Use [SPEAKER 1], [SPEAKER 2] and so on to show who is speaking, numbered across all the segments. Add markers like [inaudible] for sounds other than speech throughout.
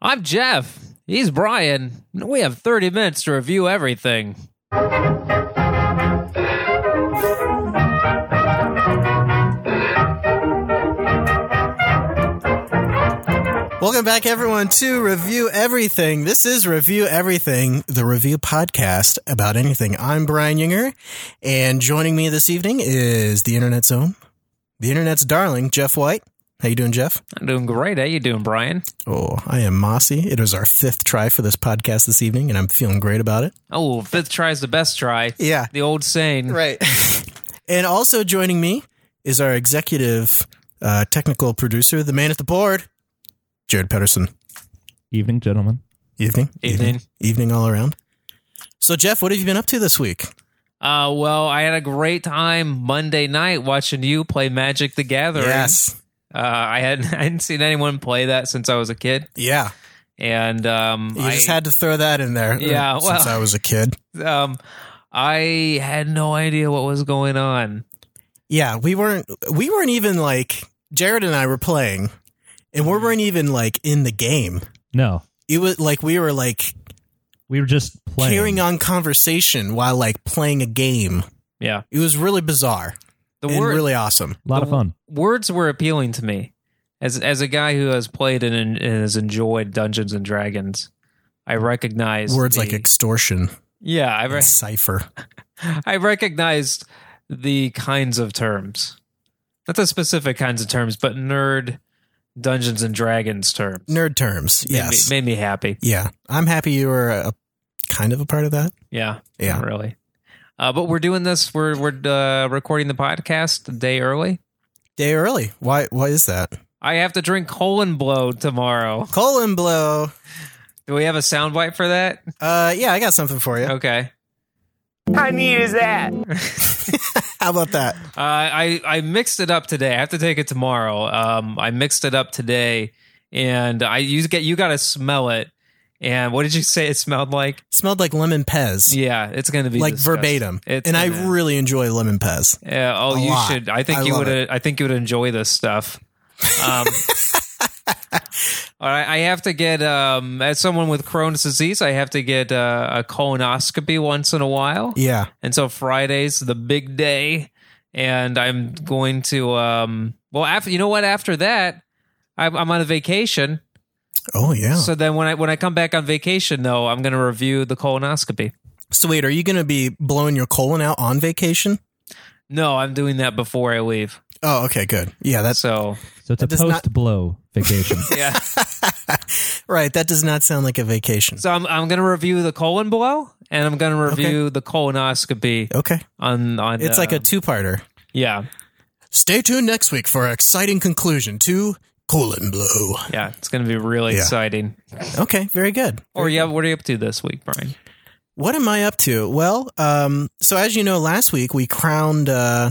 [SPEAKER 1] I'm Jeff. He's Brian. We have 30 minutes to review everything.
[SPEAKER 2] Welcome back, everyone, to Review Everything. This is Review Everything, the review podcast about anything. I'm Brian Younger, and joining me this evening is the internet's own, the internet's darling, Jeff White. How you doing, Jeff?
[SPEAKER 1] I'm doing great. How you doing, Brian?
[SPEAKER 2] Oh, I am mossy. It is our fifth try for this podcast this evening, and I'm feeling great about it.
[SPEAKER 1] Oh, fifth try's the best try.
[SPEAKER 2] Yeah,
[SPEAKER 1] The old saying.
[SPEAKER 2] right. [laughs] and also joining me is our executive uh, technical producer, the man at the board, Jared Pedersen.
[SPEAKER 3] Evening, gentlemen.
[SPEAKER 2] Evening.
[SPEAKER 1] Evening.
[SPEAKER 2] Evening all around. So, Jeff, what have you been up to this week?
[SPEAKER 1] Uh, well, I had a great time Monday night watching you play Magic the Gathering. Uh, I hadn't, [laughs] I hadn't seen anyone play that since I was a kid.
[SPEAKER 2] Yeah.
[SPEAKER 1] And um,
[SPEAKER 2] You
[SPEAKER 1] I,
[SPEAKER 2] just had to throw that in there.
[SPEAKER 1] Yeah,
[SPEAKER 2] uh,
[SPEAKER 1] well-
[SPEAKER 2] Since I was a kid.
[SPEAKER 1] um, I had no idea what was going on.
[SPEAKER 2] Yeah. We weren't, we weren't even like, Jared and I were playing and
[SPEAKER 1] Mm-hmm.
[SPEAKER 2] we weren't even like in the game.
[SPEAKER 3] No,
[SPEAKER 2] It was like we were like
[SPEAKER 3] we were just playing.
[SPEAKER 2] carrying on conversation while like playing a game.
[SPEAKER 1] Yeah.
[SPEAKER 2] It was really bizarre
[SPEAKER 1] The
[SPEAKER 2] and
[SPEAKER 1] word,
[SPEAKER 2] really awesome.
[SPEAKER 3] a lot of fun.
[SPEAKER 1] words were appealing to me as as a guy who has played and, and has enjoyed Dungeons and Dragons. I recognize
[SPEAKER 2] Words
[SPEAKER 1] the-
[SPEAKER 2] like extortion,
[SPEAKER 1] yeah, I re- [laughs]
[SPEAKER 2] and cipher.
[SPEAKER 1] I recognized the kinds of terms, not the specific kinds of terms, but nerd Dungeons and Dragons terms.
[SPEAKER 2] Nerd terms.
[SPEAKER 1] Made me-
[SPEAKER 2] Yes.
[SPEAKER 1] made me happy.
[SPEAKER 2] Yeah. I'm happy you were a, kind of a part of that.
[SPEAKER 1] Yeah,
[SPEAKER 2] Yeah.
[SPEAKER 1] really. Uh, but we're doing this. We're we're uh, recording the podcast a day early.
[SPEAKER 2] Day early. Why why is that?
[SPEAKER 1] I have to drink colon blow tomorrow.
[SPEAKER 2] Colon blow.
[SPEAKER 1] Do we have a soundbite for that?
[SPEAKER 2] Uh yeah, I got something for you.
[SPEAKER 1] Okay.
[SPEAKER 4] How neat is that?
[SPEAKER 2] How about that?
[SPEAKER 1] Uh, I I mixed it up today. I have to take it tomorrow. Um, I mixed it up today, and I you get you got to smell it. And what did you say it smelled like?
[SPEAKER 2] Smelled like lemon pez.
[SPEAKER 1] Yeah, it's gonna be
[SPEAKER 2] like
[SPEAKER 1] disgusting.
[SPEAKER 2] verbatim.
[SPEAKER 1] It's
[SPEAKER 2] and I
[SPEAKER 1] gonna-
[SPEAKER 2] really enjoy lemon pez.
[SPEAKER 1] yeah, oh,
[SPEAKER 2] a
[SPEAKER 1] you
[SPEAKER 2] lot.
[SPEAKER 1] should. I think
[SPEAKER 2] I
[SPEAKER 1] you
[SPEAKER 2] love
[SPEAKER 1] would. I think you would enjoy this stuff.
[SPEAKER 2] [laughs]
[SPEAKER 1] Um, all right, I have to get um, as someone with Crohn's disease, I have to get uh, a colonoscopy once in a while.
[SPEAKER 2] Yeah.
[SPEAKER 1] And so Friday's the big day, and I'm going to um well after you know what after that I'm, I'm on a vacation.
[SPEAKER 2] Oh yeah.
[SPEAKER 1] So then when I when I come back on vacation though, I'm going to review the colonoscopy.
[SPEAKER 2] So wait, are you gonna be blowing your colon out on vacation?
[SPEAKER 1] No, I'm doing that before I leave.
[SPEAKER 2] Oh, okay, good. Yeah, that's [laughs]
[SPEAKER 1] So
[SPEAKER 3] So it's a
[SPEAKER 2] That does not-
[SPEAKER 3] post blow vacation.
[SPEAKER 2] [laughs]
[SPEAKER 1] yeah,
[SPEAKER 2] right. That does not sound like a vacation.
[SPEAKER 1] so I'm I'm going to review the colon blow and I'm going to review the colonoscopy
[SPEAKER 2] Okay.
[SPEAKER 1] on on.
[SPEAKER 2] It's like
[SPEAKER 1] uh,
[SPEAKER 2] a two parter.
[SPEAKER 1] yeah
[SPEAKER 2] Stay tuned next week for an exciting conclusion to colon blow.
[SPEAKER 1] yeah. It's going to be really
[SPEAKER 2] Yeah.
[SPEAKER 1] exciting.
[SPEAKER 2] Okay, very good.
[SPEAKER 1] Or yeah, what are you up to this week, Brian?
[SPEAKER 2] What am I up to? Well, um, so as you know, last week we crowned uh,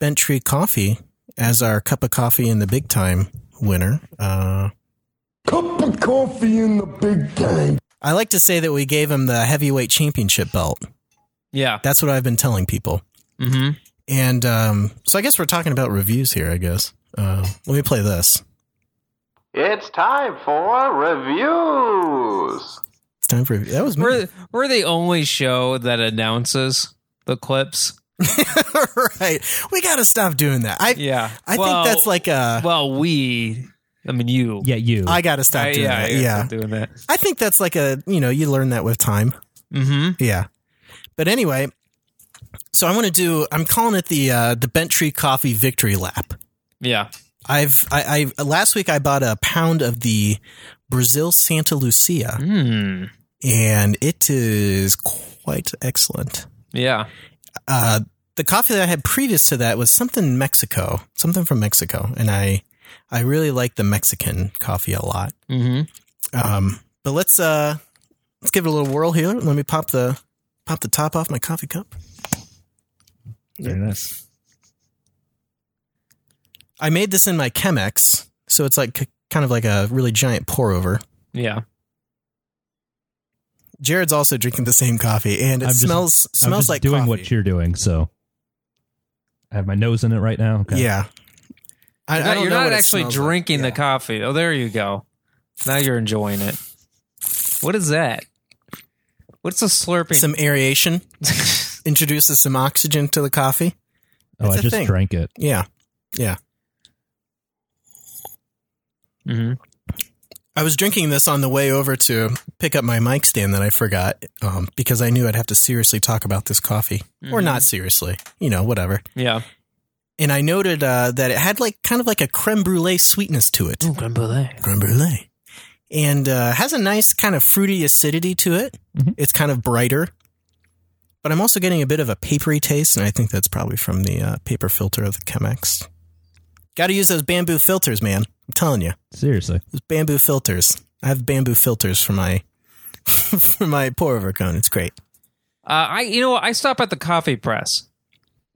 [SPEAKER 2] Bent Tree Coffee as our cup of coffee in the big time winner. Uh,
[SPEAKER 5] Cup of coffee in the big time.
[SPEAKER 2] I like to say that we gave him the heavyweight championship belt.
[SPEAKER 1] Yeah.
[SPEAKER 2] That's what I've been telling people.
[SPEAKER 1] Mm-hmm.
[SPEAKER 2] And um, so I guess we're talking about reviews here, I guess. Uh, let me play this.
[SPEAKER 6] It's time for reviews.
[SPEAKER 2] It's time for That was me.
[SPEAKER 1] We're we're the only show that announces the clips.
[SPEAKER 2] [laughs] right. We got to stop doing that. I,
[SPEAKER 1] Yeah,
[SPEAKER 2] I
[SPEAKER 1] Well-
[SPEAKER 2] think that's like uh, a.
[SPEAKER 1] well, we. I mean, you.
[SPEAKER 3] yeah, you.
[SPEAKER 2] I got to stop
[SPEAKER 1] I-
[SPEAKER 2] doing
[SPEAKER 1] yeah,
[SPEAKER 2] that.
[SPEAKER 1] I guess
[SPEAKER 2] Yeah.
[SPEAKER 1] I'm doing that.
[SPEAKER 2] I think that's like a, you know, you learn that with time.
[SPEAKER 1] Mm-hmm.
[SPEAKER 2] Yeah. But anyway, so I want to do. I'm calling it the uh, the Bent Tree Coffee Victory Lap.
[SPEAKER 1] Yeah.
[SPEAKER 2] I've I, I last week I bought a pound of the Brazil Santa Lucia,
[SPEAKER 1] Mm.
[SPEAKER 2] and it is quite excellent.
[SPEAKER 1] Yeah.
[SPEAKER 2] Uh, the coffee that I had previous to that was something Mexico, something from Mexico, and I I really like the Mexican coffee a lot.
[SPEAKER 1] Mm-hmm.
[SPEAKER 2] Um, but let's uh let's give it a little whirl here. Let me pop the pop the top off my coffee cup.
[SPEAKER 3] Very nice.
[SPEAKER 2] I made this in my Chemex, so it's like c- kind of like a really giant pour over.
[SPEAKER 1] Yeah.
[SPEAKER 2] Jared's also drinking the same coffee, and it
[SPEAKER 3] I'm just-
[SPEAKER 2] smells
[SPEAKER 3] I'm
[SPEAKER 2] smells
[SPEAKER 3] just
[SPEAKER 2] like
[SPEAKER 3] doing
[SPEAKER 2] coffee.
[SPEAKER 3] what you're doing. So I have my nose in it right now. Okay.
[SPEAKER 2] Yeah, I, I
[SPEAKER 1] No,
[SPEAKER 2] don't
[SPEAKER 1] you're
[SPEAKER 2] know
[SPEAKER 1] not
[SPEAKER 2] what it
[SPEAKER 1] actually
[SPEAKER 2] smells like.
[SPEAKER 1] drinking
[SPEAKER 2] Yeah.
[SPEAKER 1] the coffee. Oh, there you go. Now you're enjoying it. What is that? What's a slurping? [laughs]
[SPEAKER 2] Some aeration introduces some oxygen to the coffee.
[SPEAKER 3] Oh,
[SPEAKER 2] It's
[SPEAKER 3] I
[SPEAKER 2] a
[SPEAKER 3] just
[SPEAKER 2] thing.
[SPEAKER 3] drank it.
[SPEAKER 2] Yeah.
[SPEAKER 1] Mhm.
[SPEAKER 2] I was drinking this on the way over to pick up my mic stand that I forgot um, because I knew I'd have to seriously talk about this coffee or
[SPEAKER 1] Mhm.
[SPEAKER 2] not seriously, you know, whatever.
[SPEAKER 1] Yeah.
[SPEAKER 2] And I noted uh, that it had like kind of like a creme brulee sweetness to it. Creme brulee. And uh, has a nice kind of fruity acidity to it.
[SPEAKER 3] Mhm.
[SPEAKER 2] It's kind of brighter. But I'm also getting a bit of a papery taste, and I think that's probably from the uh, paper filter of the Chemex. Got to use those bamboo filters, man. I'm telling you
[SPEAKER 3] Seriously.
[SPEAKER 2] those bamboo filters. I have bamboo filters for my [laughs] for my pour over cone. It's great.
[SPEAKER 1] Uh, I you know what? I stop at the coffee press.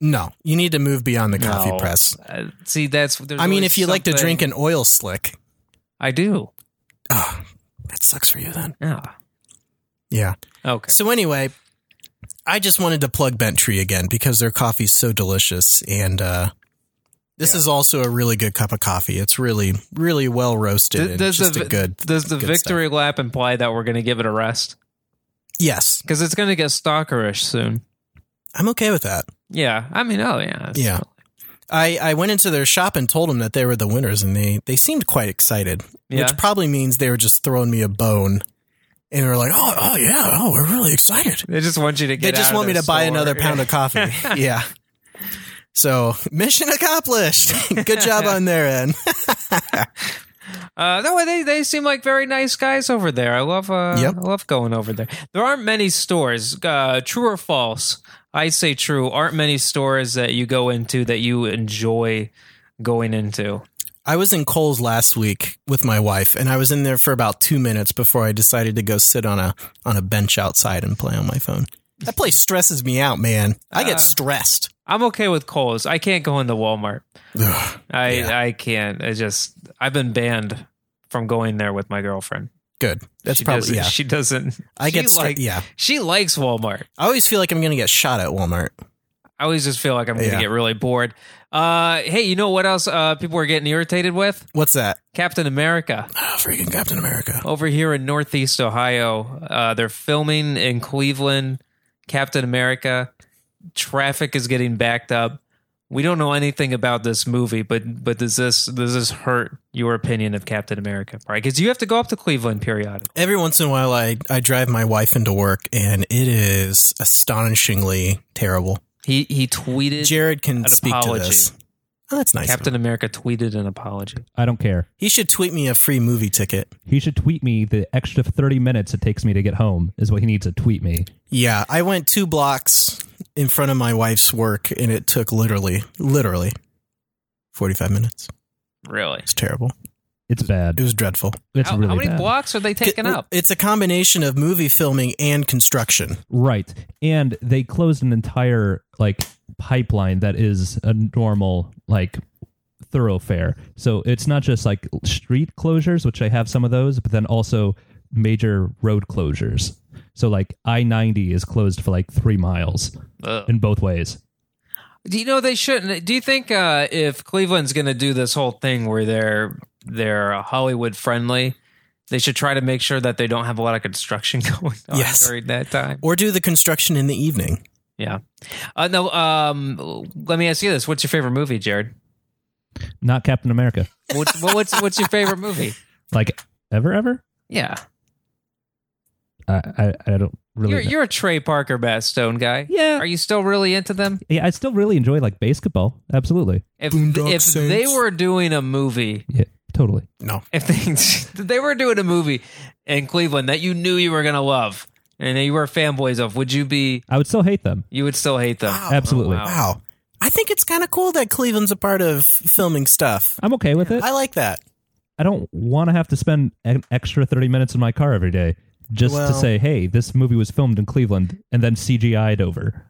[SPEAKER 2] No, you need to move beyond the coffee
[SPEAKER 1] No.
[SPEAKER 2] press.
[SPEAKER 1] Uh, see, that's. there's
[SPEAKER 2] I mean,
[SPEAKER 1] always
[SPEAKER 2] if you like to
[SPEAKER 1] something-
[SPEAKER 2] drink an oil slick,
[SPEAKER 1] I do.
[SPEAKER 2] oh, that sucks for you then.
[SPEAKER 1] Yeah.
[SPEAKER 2] Yeah.
[SPEAKER 1] Okay.
[SPEAKER 2] So anyway, I just wanted to plug Bent Tree again because their coffee's so delicious, and uh, this
[SPEAKER 1] Yeah.
[SPEAKER 2] is also a really good cup of coffee. It's really, really well roasted.
[SPEAKER 1] Th-
[SPEAKER 2] and
[SPEAKER 1] does
[SPEAKER 2] just
[SPEAKER 1] the,
[SPEAKER 2] a good.
[SPEAKER 1] does the
[SPEAKER 2] good
[SPEAKER 1] victory lap imply that we're going to give it a rest?
[SPEAKER 2] Yes,
[SPEAKER 1] Because it's going to get stalkerish soon.
[SPEAKER 2] I'm okay with that.
[SPEAKER 1] Yeah. I mean, oh yeah. It's-
[SPEAKER 2] Yeah. I, I went into their shop and told them that they were the winners, and they, they seemed quite excited,
[SPEAKER 1] Yeah.
[SPEAKER 2] which probably means they were just throwing me a bone. And they were like, oh, oh yeah, oh, we're really excited.
[SPEAKER 1] They just want you to get.
[SPEAKER 2] they just
[SPEAKER 1] out of
[SPEAKER 2] want me
[SPEAKER 1] their
[SPEAKER 2] to buy
[SPEAKER 1] store.
[SPEAKER 2] another
[SPEAKER 1] [laughs]
[SPEAKER 2] pound of coffee. yeah. So, mission accomplished. [laughs] Good job on their end.
[SPEAKER 1] Uh, no, they they seem like very nice guys over there. I love uh,
[SPEAKER 2] Yep.
[SPEAKER 1] I love going over there. There aren't many stores. Uh, true or false? I say true. Aren't many stores that you go into that you enjoy going into?
[SPEAKER 2] I was in Kohl's last week with my wife, and I was in there for about two minutes before I decided to go sit on a on a bench outside and play on my phone. That place stresses me out, man. I
[SPEAKER 1] Uh.
[SPEAKER 2] get stressed.
[SPEAKER 1] I'm okay with Kohl's. I can't go into Walmart.
[SPEAKER 2] Ugh.
[SPEAKER 1] I
[SPEAKER 2] Yeah.
[SPEAKER 1] I can't. I just I've been banned from going there with my girlfriend.
[SPEAKER 2] Good. That's
[SPEAKER 1] she
[SPEAKER 2] probably
[SPEAKER 1] doesn't,
[SPEAKER 2] yeah.
[SPEAKER 1] She doesn't.
[SPEAKER 2] I
[SPEAKER 1] she
[SPEAKER 2] get stra-
[SPEAKER 1] like
[SPEAKER 2] yeah.
[SPEAKER 1] she likes Walmart.
[SPEAKER 2] I always feel like I'm going to get shot at Walmart.
[SPEAKER 1] I always just feel like I'm going to
[SPEAKER 2] Yeah.
[SPEAKER 1] get really bored. Uh, hey, you know what else? Uh, people are getting irritated with [sighs]
[SPEAKER 2] What's that?
[SPEAKER 1] Captain America.
[SPEAKER 2] Oh, freaking Captain America.
[SPEAKER 1] over here in Northeast Ohio. Uh, they're filming in Cleveland, Captain America. Traffic is getting backed up. We don't know anything about this movie, but but does this does this hurt your opinion of Captain America? Right, because you have to go up to Cleveland periodically.
[SPEAKER 2] Every once in a while, I, I drive my wife into work, and it is astonishingly terrible.
[SPEAKER 1] He he tweeted
[SPEAKER 2] Jared can
[SPEAKER 1] An
[SPEAKER 2] speak
[SPEAKER 1] apology.
[SPEAKER 2] to this. Oh, that's nice.
[SPEAKER 1] Captain America tweeted an apology.
[SPEAKER 3] I don't care.
[SPEAKER 2] He should tweet me a free movie ticket.
[SPEAKER 3] He should tweet me the extra 30 minutes it takes me to get home, is what he needs to tweet me.
[SPEAKER 2] Yeah, I went two blocks in front of my wife's work, and it took literally, literally, forty-five minutes.
[SPEAKER 1] Really?
[SPEAKER 2] It's terrible.
[SPEAKER 3] It's bad.
[SPEAKER 2] It was dreadful.
[SPEAKER 3] It's
[SPEAKER 1] how,
[SPEAKER 3] really
[SPEAKER 1] how many
[SPEAKER 3] bad.
[SPEAKER 1] blocks are they taking
[SPEAKER 2] It-
[SPEAKER 1] up?
[SPEAKER 2] It's a combination of movie filming and construction.
[SPEAKER 3] Right. And they closed an entire like pipeline that is a normal like thoroughfare. So it's not just like street closures, which I have some of those, but then also major road closures. So like I ninety is closed for like three miles
[SPEAKER 1] Ugh.
[SPEAKER 3] in both ways.
[SPEAKER 1] Do you know they shouldn't? Do you think uh, if Cleveland's going to do this whole thing where they're they're Hollywood friendly, they should try to make sure that they don't have a lot of construction [laughs] going on
[SPEAKER 2] Yes.
[SPEAKER 1] during that time?
[SPEAKER 2] Or do the construction in the evening.
[SPEAKER 1] Yeah. Uh, no. Um. Let me ask you this: What's your favorite movie, Jared?
[SPEAKER 3] Not Captain America.
[SPEAKER 1] What, what- what's what's your favorite movie?
[SPEAKER 3] Like ever ever?
[SPEAKER 1] Yeah,
[SPEAKER 3] I I, I don't really
[SPEAKER 1] you're
[SPEAKER 3] know.
[SPEAKER 1] you're a Trey Parker Bat Stone guy.
[SPEAKER 3] Yeah.
[SPEAKER 1] Are you still really into them?
[SPEAKER 3] yeah, I still really enjoy like basketball. Absolutely.
[SPEAKER 1] If
[SPEAKER 2] Boondock
[SPEAKER 1] if they
[SPEAKER 2] Saints.
[SPEAKER 1] were doing a movie
[SPEAKER 3] Yeah, totally.
[SPEAKER 2] No,
[SPEAKER 1] if they if they [laughs] were doing a movie in Cleveland that you knew you were gonna love and that you were fanboys of, would you be?
[SPEAKER 3] I would still hate them.
[SPEAKER 1] You would still hate them.
[SPEAKER 2] Wow.
[SPEAKER 3] Absolutely.
[SPEAKER 1] Oh, wow.
[SPEAKER 2] Wow. I think it's kind of cool that Cleveland's a part of filming stuff.
[SPEAKER 3] I'm okay with it.
[SPEAKER 2] I like that.
[SPEAKER 3] I don't want to have to spend an extra 30 minutes in my car every day just
[SPEAKER 2] Well-
[SPEAKER 3] to say, hey, this movie was filmed in Cleveland and then CGI'd over.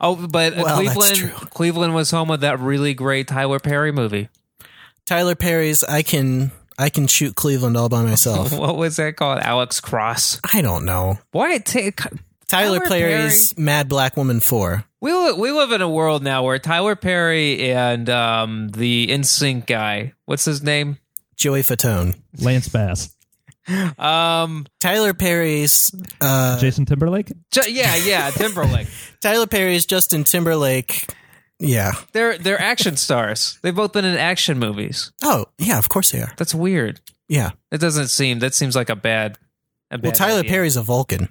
[SPEAKER 1] Oh, but
[SPEAKER 2] Well, that's
[SPEAKER 1] Cleveland,
[SPEAKER 2] true.
[SPEAKER 1] Cleveland was home of that really great Tyler Perry movie. [laughs]
[SPEAKER 2] Tyler Perry's I can I can shoot Cleveland all by myself.
[SPEAKER 1] What was that called? Alex Cross.
[SPEAKER 2] [laughs] I don't know.
[SPEAKER 1] Why it take?
[SPEAKER 2] Tyler,
[SPEAKER 1] Tyler
[SPEAKER 2] Perry's Mad Black Woman 4.
[SPEAKER 1] We li- we live in a world now where Tyler Perry and um, the NSYNC guy, what's his name?
[SPEAKER 2] Joey Fatone.
[SPEAKER 1] [laughs]
[SPEAKER 3] Lance Bass.
[SPEAKER 1] Um,
[SPEAKER 2] Tyler Perry's uh,
[SPEAKER 3] Jason Timberlake.
[SPEAKER 1] ju- yeah, yeah,
[SPEAKER 2] [laughs]
[SPEAKER 1] Timberlake.
[SPEAKER 2] Tyler Perry's Justin Timberlake. Yeah.
[SPEAKER 1] they're they're action stars. They've both been in action movies.
[SPEAKER 2] Oh, yeah, of course they are.
[SPEAKER 1] That's weird.
[SPEAKER 2] Yeah.
[SPEAKER 1] It doesn't seem. That seems like a bad. A
[SPEAKER 2] Well,
[SPEAKER 1] bad
[SPEAKER 2] Tyler
[SPEAKER 1] idea.
[SPEAKER 2] Perry's a Vulcan.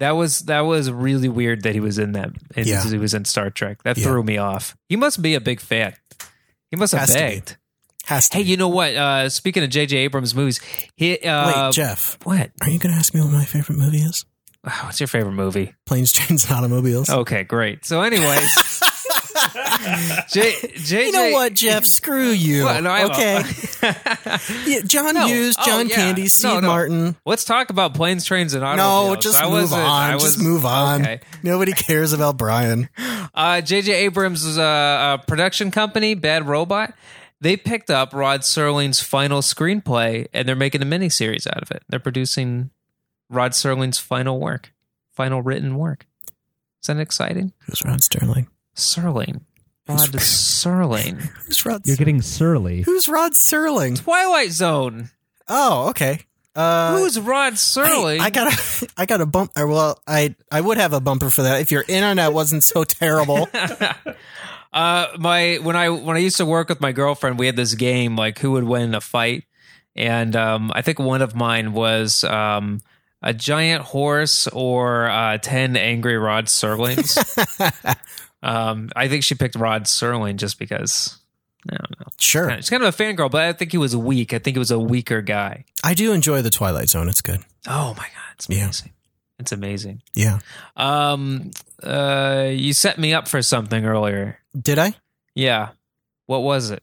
[SPEAKER 1] That was that was really weird that he was in that. and
[SPEAKER 2] Yeah.
[SPEAKER 1] He was in Star Trek. That
[SPEAKER 2] Yeah.
[SPEAKER 1] threw me off. He must be a big fan. He must have
[SPEAKER 2] Has to be.
[SPEAKER 1] begged.
[SPEAKER 2] Has to.
[SPEAKER 1] Hey,
[SPEAKER 2] be.
[SPEAKER 1] you know what? Uh, speaking of J.J. Abrams movies, he uh,
[SPEAKER 2] Wait, Jeff,
[SPEAKER 1] what?
[SPEAKER 2] are you going to ask me what my favorite movie is?
[SPEAKER 1] Oh, what's your favorite movie?
[SPEAKER 2] Planes, Trains, and Automobiles.
[SPEAKER 1] Okay, great. So, anyways,
[SPEAKER 2] [laughs]
[SPEAKER 1] J, J,
[SPEAKER 2] You know what, Jeff? Screw
[SPEAKER 1] [laughs]
[SPEAKER 2] you.
[SPEAKER 1] Well, no, I have
[SPEAKER 2] okay.
[SPEAKER 1] a-
[SPEAKER 2] Yeah, John
[SPEAKER 1] No.
[SPEAKER 2] Hughes,
[SPEAKER 1] Oh,
[SPEAKER 2] John
[SPEAKER 1] yeah.
[SPEAKER 2] Candy,
[SPEAKER 1] No,
[SPEAKER 2] Steve
[SPEAKER 1] no.
[SPEAKER 2] Martin.
[SPEAKER 1] [laughs] Let's talk about planes, trains, and automobiles.
[SPEAKER 2] No, just
[SPEAKER 1] I
[SPEAKER 2] move
[SPEAKER 1] wasn't-
[SPEAKER 2] on.
[SPEAKER 1] I
[SPEAKER 2] just
[SPEAKER 1] was-
[SPEAKER 2] move on.
[SPEAKER 1] Okay.
[SPEAKER 2] Nobody cares about Brian.
[SPEAKER 1] Uh, J.J. Abrams' uh, uh, production company, Bad Robot, they picked up Rod Serling's final screenplay and they're making a miniseries out of it. They're producing Rod Serling's final work, final written work. Isn't that exciting?
[SPEAKER 2] Who's Rod Sterling?
[SPEAKER 1] Serling. Rod Serling.
[SPEAKER 2] [laughs] Who's Rod?
[SPEAKER 3] You're getting surly.
[SPEAKER 2] Who's Rod Serling?
[SPEAKER 1] Twilight Zone.
[SPEAKER 2] Oh, okay. Uh,
[SPEAKER 1] Who's Rod
[SPEAKER 2] Hey,
[SPEAKER 1] Serling?
[SPEAKER 2] I got a, [laughs] I got a bump. Or well, I, I would have a bumper for that if your internet wasn't so [laughs] terrible.
[SPEAKER 1] [laughs] Uh, my when I when I used to work with my girlfriend, we had this game like who would win in a fight, and um, I think one of mine was um, a giant horse or uh, ten angry Rod [laughs] Serlings. um, I think she picked Rod Serling just because I don't know.
[SPEAKER 2] sure,
[SPEAKER 1] She's kind of a fangirl, but I think he was weak. I think he was a weaker guy.
[SPEAKER 2] I do enjoy the Twilight Zone. It's good.
[SPEAKER 1] Oh my god, it's
[SPEAKER 2] Yeah.
[SPEAKER 1] amazing! It's amazing.
[SPEAKER 2] Yeah.
[SPEAKER 1] Um, uh, you set me up for something earlier.
[SPEAKER 2] Did I
[SPEAKER 1] Yeah, what was it?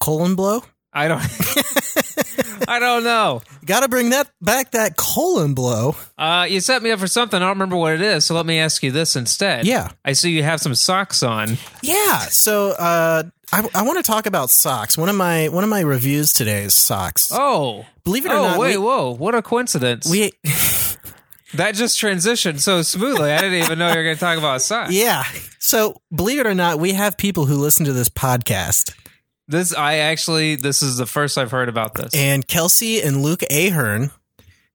[SPEAKER 2] colon blow? [laughs]
[SPEAKER 1] I don't. [laughs] I don't know.
[SPEAKER 2] Got to bring that back. That colon blow.
[SPEAKER 1] Uh, you set me up for something. I don't remember what it is. So let me ask you this instead.
[SPEAKER 2] Yeah.
[SPEAKER 1] I see you have some socks on.
[SPEAKER 2] Yeah. So uh, I, I want to talk about socks. One of my one of my reviews today is socks.
[SPEAKER 1] Oh,
[SPEAKER 2] Believe it or
[SPEAKER 1] oh,
[SPEAKER 2] not,
[SPEAKER 1] wait,
[SPEAKER 2] we-
[SPEAKER 1] whoa! What a coincidence.
[SPEAKER 2] We
[SPEAKER 1] [laughs]
[SPEAKER 2] [laughs]
[SPEAKER 1] that just transitioned so smoothly. I didn't even know you were going to talk about socks.
[SPEAKER 2] yeah. So believe it or not, we have people who listen to this podcast.
[SPEAKER 1] This I actually this is the first I've heard about this.
[SPEAKER 2] And Kelsey and Luke Ahern,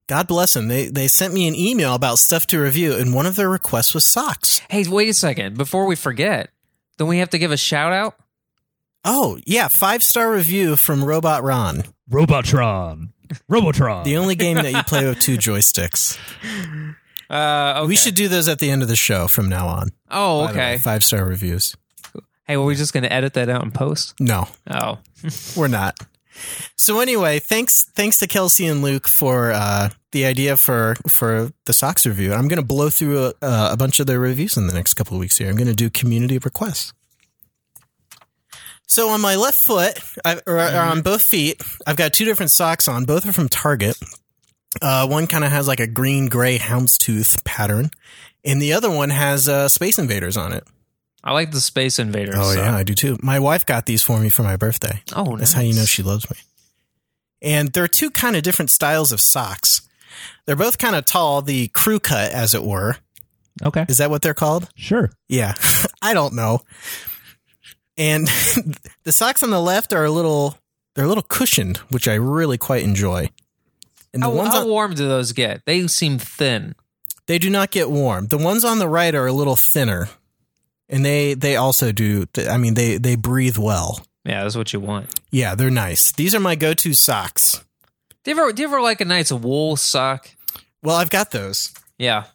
[SPEAKER 2] God bless them. They they sent me an email about stuff to review, and one of their requests was socks.
[SPEAKER 1] hey, wait a second. Before we forget, then we have to give a shout out.
[SPEAKER 2] Oh yeah, five star review from Robot Ron.
[SPEAKER 3] Robotron. Robotron.
[SPEAKER 2] The only game that you play with
[SPEAKER 1] [laughs]
[SPEAKER 2] two joysticks.
[SPEAKER 1] Uh, okay.
[SPEAKER 2] We should do those at the end of the show from now on.
[SPEAKER 1] Oh,
[SPEAKER 2] By the way,
[SPEAKER 1] okay.
[SPEAKER 2] five star reviews.
[SPEAKER 1] Hey, were we just going to edit that out and post?
[SPEAKER 2] No,
[SPEAKER 1] Oh,
[SPEAKER 2] we're not. So anyway, thanks thanks to Kelsey and Luke for uh, the idea for for the socks review. I'm going to blow through a, a bunch of their reviews in the next couple of weeks here. I'm going to do community requests. So on my left foot, I, or, or on both feet, I've got two different socks on. Both are from Target. Uh, one kind of has like a green gray houndstooth pattern, and the other one has uh, Space Invaders on it.
[SPEAKER 1] I like the Space Invaders.
[SPEAKER 2] Oh
[SPEAKER 1] so-
[SPEAKER 2] yeah, I do too. My wife got these for me for my birthday.
[SPEAKER 1] Oh,
[SPEAKER 2] That's how you know
[SPEAKER 1] nice.
[SPEAKER 2] she loves me. And there are two kind of different styles of socks. They're both kind of tall, the crew cut, as it were.
[SPEAKER 3] okay.
[SPEAKER 2] Is that what they're called?
[SPEAKER 3] Sure.
[SPEAKER 2] Yeah, [laughs] I don't know. And [laughs] the socks on the left are a little, they're a little cushioned, which I really quite enjoy. And the
[SPEAKER 1] How,
[SPEAKER 2] ones
[SPEAKER 1] how
[SPEAKER 2] on,
[SPEAKER 1] warm do those get? They seem thin.
[SPEAKER 2] they do not get warm. The ones on the right are a little thinner, and they they also do. I mean, they they breathe well.
[SPEAKER 1] Yeah, that's what you want.
[SPEAKER 2] Yeah, they're nice. These are my go-to socks.
[SPEAKER 1] Do you ever do you ever like a nice wool sock?
[SPEAKER 2] Well, I've got those.
[SPEAKER 1] Yeah,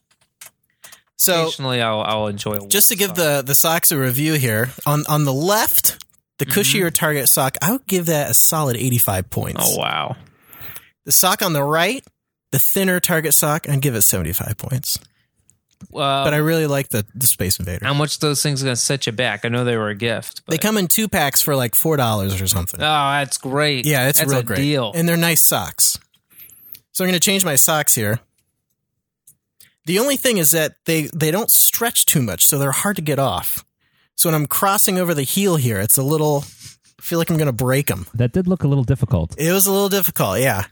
[SPEAKER 2] So
[SPEAKER 1] occasionally I'll I'll enjoy. A wool
[SPEAKER 2] just to give
[SPEAKER 1] sock.
[SPEAKER 2] the the socks a review here on on the left, the
[SPEAKER 1] Mm-hmm.
[SPEAKER 2] cushier Target sock, I would give that a solid eighty five points.
[SPEAKER 1] oh wow,
[SPEAKER 2] The sock on the right, the thinner Target sock, I'd give it seventy five points.
[SPEAKER 1] uh,
[SPEAKER 2] but I really like the the Space Invader.
[SPEAKER 1] how much those things are gonna set you back? I know they were a gift. But,
[SPEAKER 2] they come in two packs for like four dollars or something.
[SPEAKER 1] Oh, that's great.
[SPEAKER 2] yeah, it's
[SPEAKER 1] that's
[SPEAKER 2] real
[SPEAKER 1] a
[SPEAKER 2] great.
[SPEAKER 1] deal.
[SPEAKER 2] and they're nice socks. So I'm going to change my socks here. The only thing is that they they don't stretch too much, so they're hard to get off. So when I'm crossing over the heel here, it's a little. I feel like I'm going to break them.
[SPEAKER 3] That did look a little difficult.
[SPEAKER 2] It was a little difficult, yeah.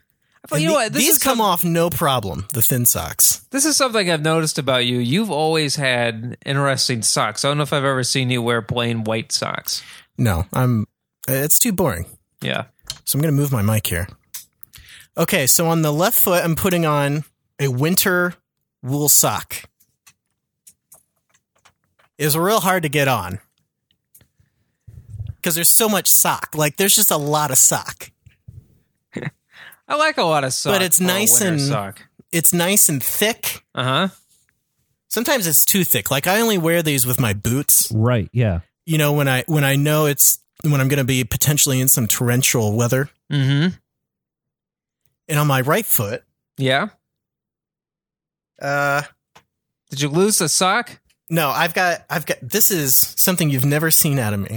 [SPEAKER 1] but you
[SPEAKER 2] And
[SPEAKER 1] know
[SPEAKER 2] the-
[SPEAKER 1] what? This
[SPEAKER 2] These
[SPEAKER 1] is
[SPEAKER 2] come
[SPEAKER 1] some-
[SPEAKER 2] off no problem. The thin socks.
[SPEAKER 1] This is something I've noticed about you. You've always had interesting socks. I don't know if I've ever seen you wear plain white socks.
[SPEAKER 2] No, I'm. It's too boring.
[SPEAKER 1] Yeah.
[SPEAKER 2] So I'm going to move my mic here. Okay, so on the left foot, I'm putting on a winter wool sock. It's real hard to get on because there's so much sock. Like, there's just a lot of sock.
[SPEAKER 1] I like a lot of sock,
[SPEAKER 2] But it's
[SPEAKER 1] for a
[SPEAKER 2] nice
[SPEAKER 1] winter
[SPEAKER 2] and-
[SPEAKER 1] sock.
[SPEAKER 2] It's nice and thick.
[SPEAKER 1] Uh huh.
[SPEAKER 2] Sometimes it's too thick. Like, I only wear these with my boots.
[SPEAKER 3] Right. Yeah.
[SPEAKER 2] You know, when I when I know it's when I'm going to be potentially in some torrential weather.
[SPEAKER 1] Mm hmm.
[SPEAKER 2] And on my right foot,
[SPEAKER 1] Yeah.
[SPEAKER 2] uh,
[SPEAKER 1] Did you lose the sock?
[SPEAKER 2] no, I've got I've got this is something you've never seen out of me.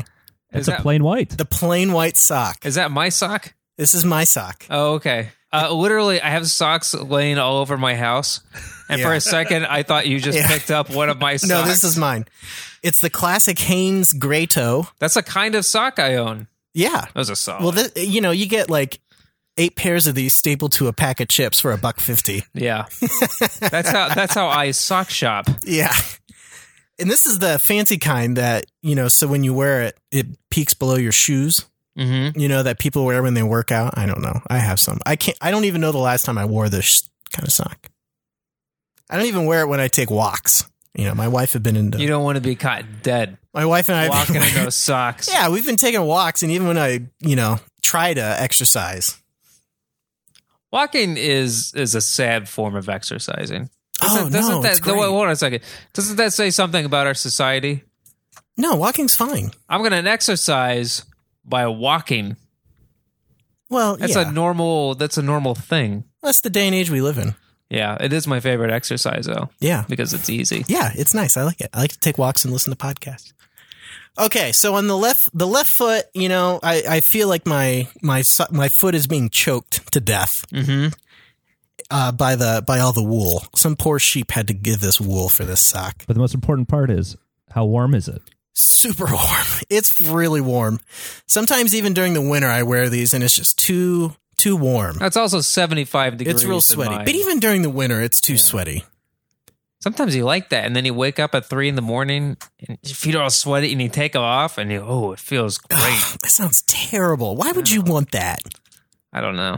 [SPEAKER 1] Is
[SPEAKER 3] It's
[SPEAKER 1] that,
[SPEAKER 3] a plain white.
[SPEAKER 2] The plain white sock.
[SPEAKER 1] is that my sock?
[SPEAKER 2] This is my sock.
[SPEAKER 1] Oh, okay. Uh, literally, I have socks laying all over my house, and for
[SPEAKER 2] Yeah.
[SPEAKER 1] a second, I thought you just
[SPEAKER 2] Yeah.
[SPEAKER 1] picked up one of my socks.
[SPEAKER 2] [laughs] No, this is mine. It's the classic Hanes Grey Toe.
[SPEAKER 1] that's a kind of sock I own.
[SPEAKER 2] Yeah.
[SPEAKER 1] That was a sock.
[SPEAKER 2] Well, this, you know, you get like eight pairs of these stapled to a pack of chips for a buck fifty. [laughs]
[SPEAKER 1] yeah, that's how that's how I sock shop.
[SPEAKER 2] Yeah. And this is the fancy kind that, you know, so when you wear it, it peaks below your shoes,
[SPEAKER 1] hmm
[SPEAKER 2] you know, that people wear when they work out. I don't know. I have some. I can't, I don't even know the last time I wore this kind of sock. I don't even wear it when I take walks. You know, my wife had been into,
[SPEAKER 1] You don't want to be caught dead
[SPEAKER 2] my wife and [laughs] I have been
[SPEAKER 1] walking in
[SPEAKER 2] wearing-
[SPEAKER 1] those socks.
[SPEAKER 2] Yeah, we've been taking walks, and even when I, you know, try to exercise.
[SPEAKER 1] Walking is is a sad form of exercising.
[SPEAKER 2] Oh no,
[SPEAKER 1] that
[SPEAKER 2] it's great.
[SPEAKER 1] wait, hold on a second? Doesn't that say something about our society?
[SPEAKER 2] no, walking's fine.
[SPEAKER 1] I'm going to exercise by walking.
[SPEAKER 2] Well,
[SPEAKER 1] That's
[SPEAKER 2] yeah,
[SPEAKER 1] a normal. That's a normal thing.
[SPEAKER 2] that's the day and age we live in.
[SPEAKER 1] Yeah, it is my favorite exercise though
[SPEAKER 2] Yeah,
[SPEAKER 1] because it's easy.
[SPEAKER 2] yeah, it's nice. I like it. I like to take walks and listen to podcasts. Okay, so on the left, the left foot, you know, I, I feel like my my so- my foot is being choked to death
[SPEAKER 1] Mm-hmm.
[SPEAKER 2] uh, by the by all the wool. Some poor sheep had to give this wool for this sock.
[SPEAKER 3] But the most important part is how warm is it?
[SPEAKER 2] super warm. It's really warm. Sometimes even during the winter, I wear these and it's just too too warm.
[SPEAKER 1] That's also 75 degrees.
[SPEAKER 2] It's real
[SPEAKER 1] in
[SPEAKER 2] sweaty.
[SPEAKER 1] mine.
[SPEAKER 2] But even during the winter, it's too sweaty.
[SPEAKER 1] sometimes you like that, and then you wake up at three in the morning and your feet are all sweaty, and you take them off, and you oh, it feels great.
[SPEAKER 2] That sounds terrible. Why would you want that?
[SPEAKER 1] I don't know.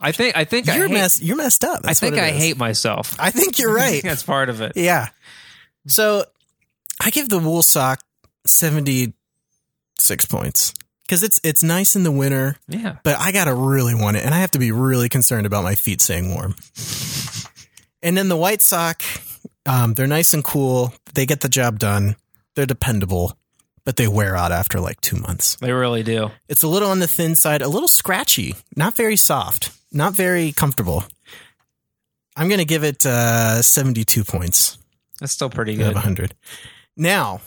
[SPEAKER 1] I think I think I
[SPEAKER 2] You're
[SPEAKER 1] hate,
[SPEAKER 2] mess. You're messed up.
[SPEAKER 1] I
[SPEAKER 2] That's
[SPEAKER 1] think
[SPEAKER 2] what it
[SPEAKER 1] I
[SPEAKER 2] is.
[SPEAKER 1] hate myself.
[SPEAKER 2] I
[SPEAKER 1] [laughs]
[SPEAKER 2] think you're right.
[SPEAKER 1] That's part of it.
[SPEAKER 2] yeah. So I give the wool sock seventy six points because it's it's nice in the winter,
[SPEAKER 1] Yeah.
[SPEAKER 2] but I gotta really want it, and I have to be really concerned about my feet staying warm. And then the white sock, um, they're nice and cool. They get the job done. They're dependable, but they wear out after like two months.
[SPEAKER 1] They really do.
[SPEAKER 2] It's a little on the thin side, a little scratchy, not very soft, not very comfortable. I'm gonna give it uh, 72 points
[SPEAKER 1] That's still pretty
[SPEAKER 2] out of
[SPEAKER 1] good.
[SPEAKER 2] 100. Now,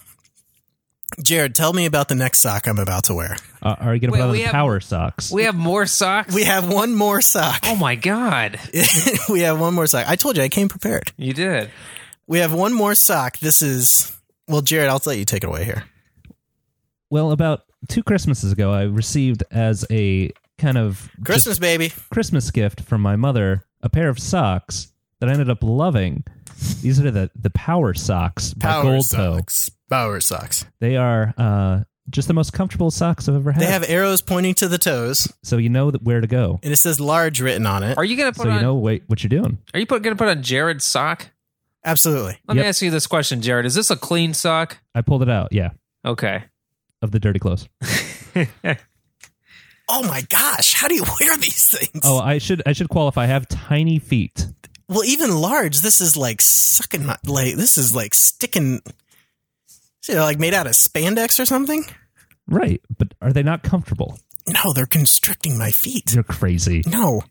[SPEAKER 2] Jared, tell me about the next sock I'm about to wear.
[SPEAKER 3] Uh, are you going
[SPEAKER 1] Wait,
[SPEAKER 3] to put on
[SPEAKER 1] we
[SPEAKER 3] the
[SPEAKER 1] have-
[SPEAKER 3] power socks?
[SPEAKER 1] We have more socks.
[SPEAKER 2] We have one more sock.
[SPEAKER 1] oh my god,
[SPEAKER 2] [laughs] we have one more sock. I told you I came prepared.
[SPEAKER 1] you did.
[SPEAKER 2] We have one more sock. This is well, Jared. I'll let you take it away here.
[SPEAKER 3] well, about two Christmases ago, I received as a kind of just
[SPEAKER 2] Christmas baby.
[SPEAKER 3] Christmas gift from my mother a pair of socks that I ended up loving. These are the, the power socks by
[SPEAKER 2] Power
[SPEAKER 3] Gold Toe.
[SPEAKER 2] socks. Power socks.
[SPEAKER 3] They are uh, just the most comfortable socks I've ever had.
[SPEAKER 2] They have arrows pointing to the toes,
[SPEAKER 3] so you know that where to go.
[SPEAKER 2] and it says "large" written on it.
[SPEAKER 1] Are you gonna put
[SPEAKER 3] So
[SPEAKER 1] on?
[SPEAKER 3] you know wait, what you're doing.
[SPEAKER 1] are you put, gonna put on Jared's sock?
[SPEAKER 2] Absolutely.
[SPEAKER 1] Let me
[SPEAKER 3] Yep.
[SPEAKER 1] ask you this question, Jared. Is this a clean sock?
[SPEAKER 3] I pulled it out. Yeah,
[SPEAKER 1] Okay.
[SPEAKER 3] of the dirty clothes.
[SPEAKER 2] Oh my gosh! How do you [laughs] wear these things?
[SPEAKER 3] Oh, I should I should qualify. I have tiny feet.
[SPEAKER 2] well, even large. This is like sucking my like. This is like sticking. Is it like made out of spandex or something?
[SPEAKER 3] Right, but are they not comfortable?
[SPEAKER 2] No, they're constricting my feet.
[SPEAKER 3] You're crazy.
[SPEAKER 2] No.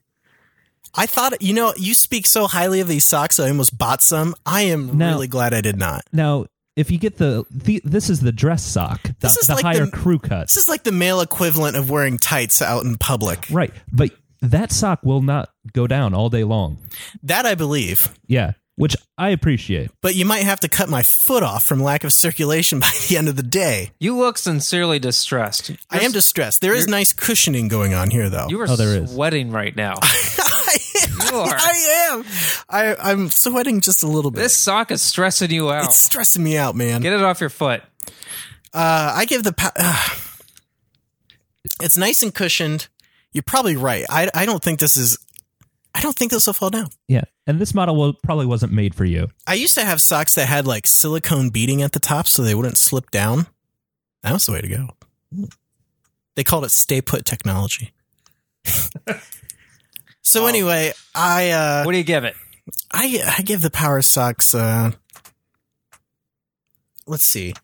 [SPEAKER 2] I thought you know you speak so highly of these socks. I almost bought some. I am
[SPEAKER 3] No.
[SPEAKER 2] really glad I did not.
[SPEAKER 3] Now, if you get the, the this is the dress sock, the,
[SPEAKER 2] This is
[SPEAKER 3] the
[SPEAKER 2] like
[SPEAKER 3] higher
[SPEAKER 2] the-
[SPEAKER 3] crew cut.
[SPEAKER 2] This is like the male equivalent of wearing tights out in public.
[SPEAKER 3] Right, but that sock will not go down all day long.
[SPEAKER 2] That I believe.
[SPEAKER 3] Yeah, which I appreciate.
[SPEAKER 2] But you might have to cut my foot off from lack of circulation [laughs] by the end of the day.
[SPEAKER 1] You look sincerely distressed.
[SPEAKER 2] I am distressed. There is nice cushioning going on here, though.
[SPEAKER 1] You are
[SPEAKER 3] Oh, there is.
[SPEAKER 1] sweating right now.
[SPEAKER 2] [laughs] I am.
[SPEAKER 1] You are.
[SPEAKER 2] I am. I, I'm sweating just a little bit.
[SPEAKER 1] This sock is stressing you out.
[SPEAKER 2] it's stressing me out, man.
[SPEAKER 1] Get it off your foot.
[SPEAKER 2] Uh, I give the. Pa- uh, it's nice and cushioned. You're probably right. I, I don't think this is I don't think this will fall down.
[SPEAKER 3] Yeah, and this model will, probably wasn't made for you.
[SPEAKER 2] I used to have socks that had like silicone beading at the top so they wouldn't slip down. That was the way to go. They called it stay put technology. [laughs] so
[SPEAKER 1] Oh.
[SPEAKER 2] anyway, I uh
[SPEAKER 1] What do you give it?
[SPEAKER 2] I I give the power socks uh let's see.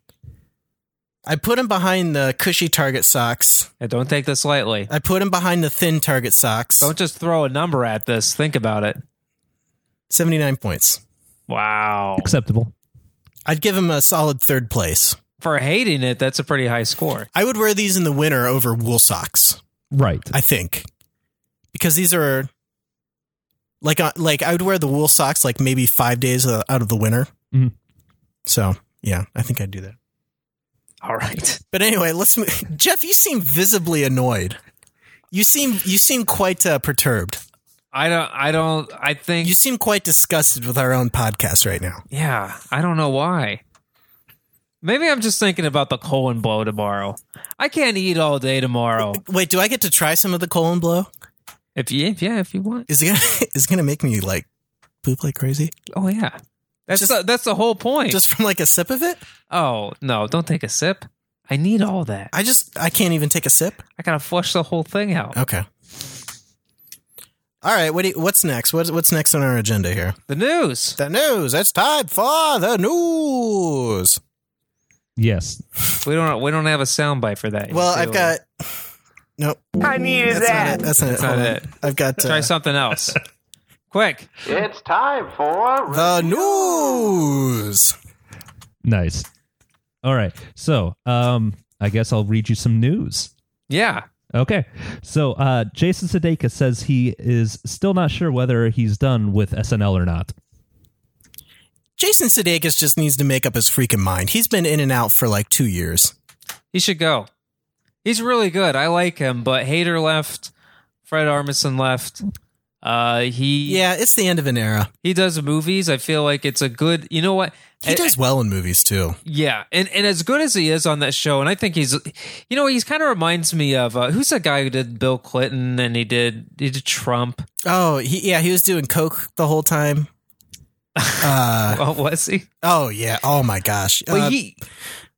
[SPEAKER 2] I put them behind the cushy target socks.
[SPEAKER 1] And don't take this lightly.
[SPEAKER 2] I put them behind the thin target socks.
[SPEAKER 1] Don't just throw a number at this. Think about it.
[SPEAKER 2] 79 points.
[SPEAKER 1] Wow.
[SPEAKER 3] Oh. Acceptable.
[SPEAKER 2] I'd give them a solid third place.
[SPEAKER 1] For hating it, that's a pretty high score.
[SPEAKER 2] I would wear these in the winter over wool socks.
[SPEAKER 3] Right.
[SPEAKER 2] I think, because these are like uh, like I would wear the wool socks like maybe five days uh, out of the winter.
[SPEAKER 3] Mhm.
[SPEAKER 2] So yeah, I think I'd do that.
[SPEAKER 1] All right.
[SPEAKER 2] But anyway, let's move. [laughs] Jeff. You seem visibly annoyed. You seem you seem quite uh, perturbed.
[SPEAKER 1] I don't. I don't. I think.
[SPEAKER 2] You seem quite disgusted with our own podcast right now.
[SPEAKER 1] yeah. I don't know why. Maybe I'm just thinking about the colon blow tomorrow. I can't eat all day tomorrow.
[SPEAKER 2] Wait, do I get to try some of the colon blow?
[SPEAKER 1] If you, if, yeah, if you want.
[SPEAKER 2] Is it gonna, [laughs] is it gonna make me like poop like crazy
[SPEAKER 1] Oh yeah. That's
[SPEAKER 2] Just-
[SPEAKER 1] the, that's the whole point.
[SPEAKER 2] just from like a sip of it?
[SPEAKER 1] oh no! Don't take a sip. I need all that.
[SPEAKER 2] I just I can't even take a sip.
[SPEAKER 1] I gotta flush the whole thing out.
[SPEAKER 2] Okay. All right. What do you, what's next? What's what's next on our agenda here?
[SPEAKER 1] The news.
[SPEAKER 2] The news. It's time for the news.
[SPEAKER 3] yes.
[SPEAKER 1] We don't. We don't have a soundbite for that.
[SPEAKER 2] Well,
[SPEAKER 1] Do
[SPEAKER 2] I've
[SPEAKER 1] we?
[SPEAKER 2] got. Nope.
[SPEAKER 4] I needed
[SPEAKER 2] That's not
[SPEAKER 4] that.
[SPEAKER 2] it. That's not it.
[SPEAKER 1] That's
[SPEAKER 2] Hold
[SPEAKER 1] not
[SPEAKER 2] on.
[SPEAKER 1] it.
[SPEAKER 2] I've got
[SPEAKER 1] Try
[SPEAKER 2] uh,
[SPEAKER 1] something
[SPEAKER 2] [laughs]
[SPEAKER 1] else. Quick.
[SPEAKER 6] It's time for
[SPEAKER 2] the news.
[SPEAKER 3] Nice. All right. So, um, I guess I'll read you some news.
[SPEAKER 1] Yeah.
[SPEAKER 3] Okay. So, uh, Jason Sudeikis says he is still not sure whether he's done with SNL or not.
[SPEAKER 2] Jason Sudeikis just needs to make up his freaking mind. He's been in and out for like two years.
[SPEAKER 1] He should go. He's really good. I like him, but Hader left. Fred Armisen left. Uh, he
[SPEAKER 2] Yeah, it's the end of an era.
[SPEAKER 1] he does movies. I feel like it's a good. You know what?
[SPEAKER 2] He
[SPEAKER 1] I-
[SPEAKER 2] does well in movies too.
[SPEAKER 1] Yeah, and and as good as he is on that show, and I think he's, you know, he's kind of reminds me of uh, who's that guy who did Bill Clinton and he did he did Trump.
[SPEAKER 2] Oh, he, yeah, he was doing coke the
[SPEAKER 1] [laughs]
[SPEAKER 2] whole time. Uh,
[SPEAKER 1] Oh, was he?
[SPEAKER 2] oh yeah. Oh my gosh.
[SPEAKER 1] Well,
[SPEAKER 2] Uh,
[SPEAKER 1] he,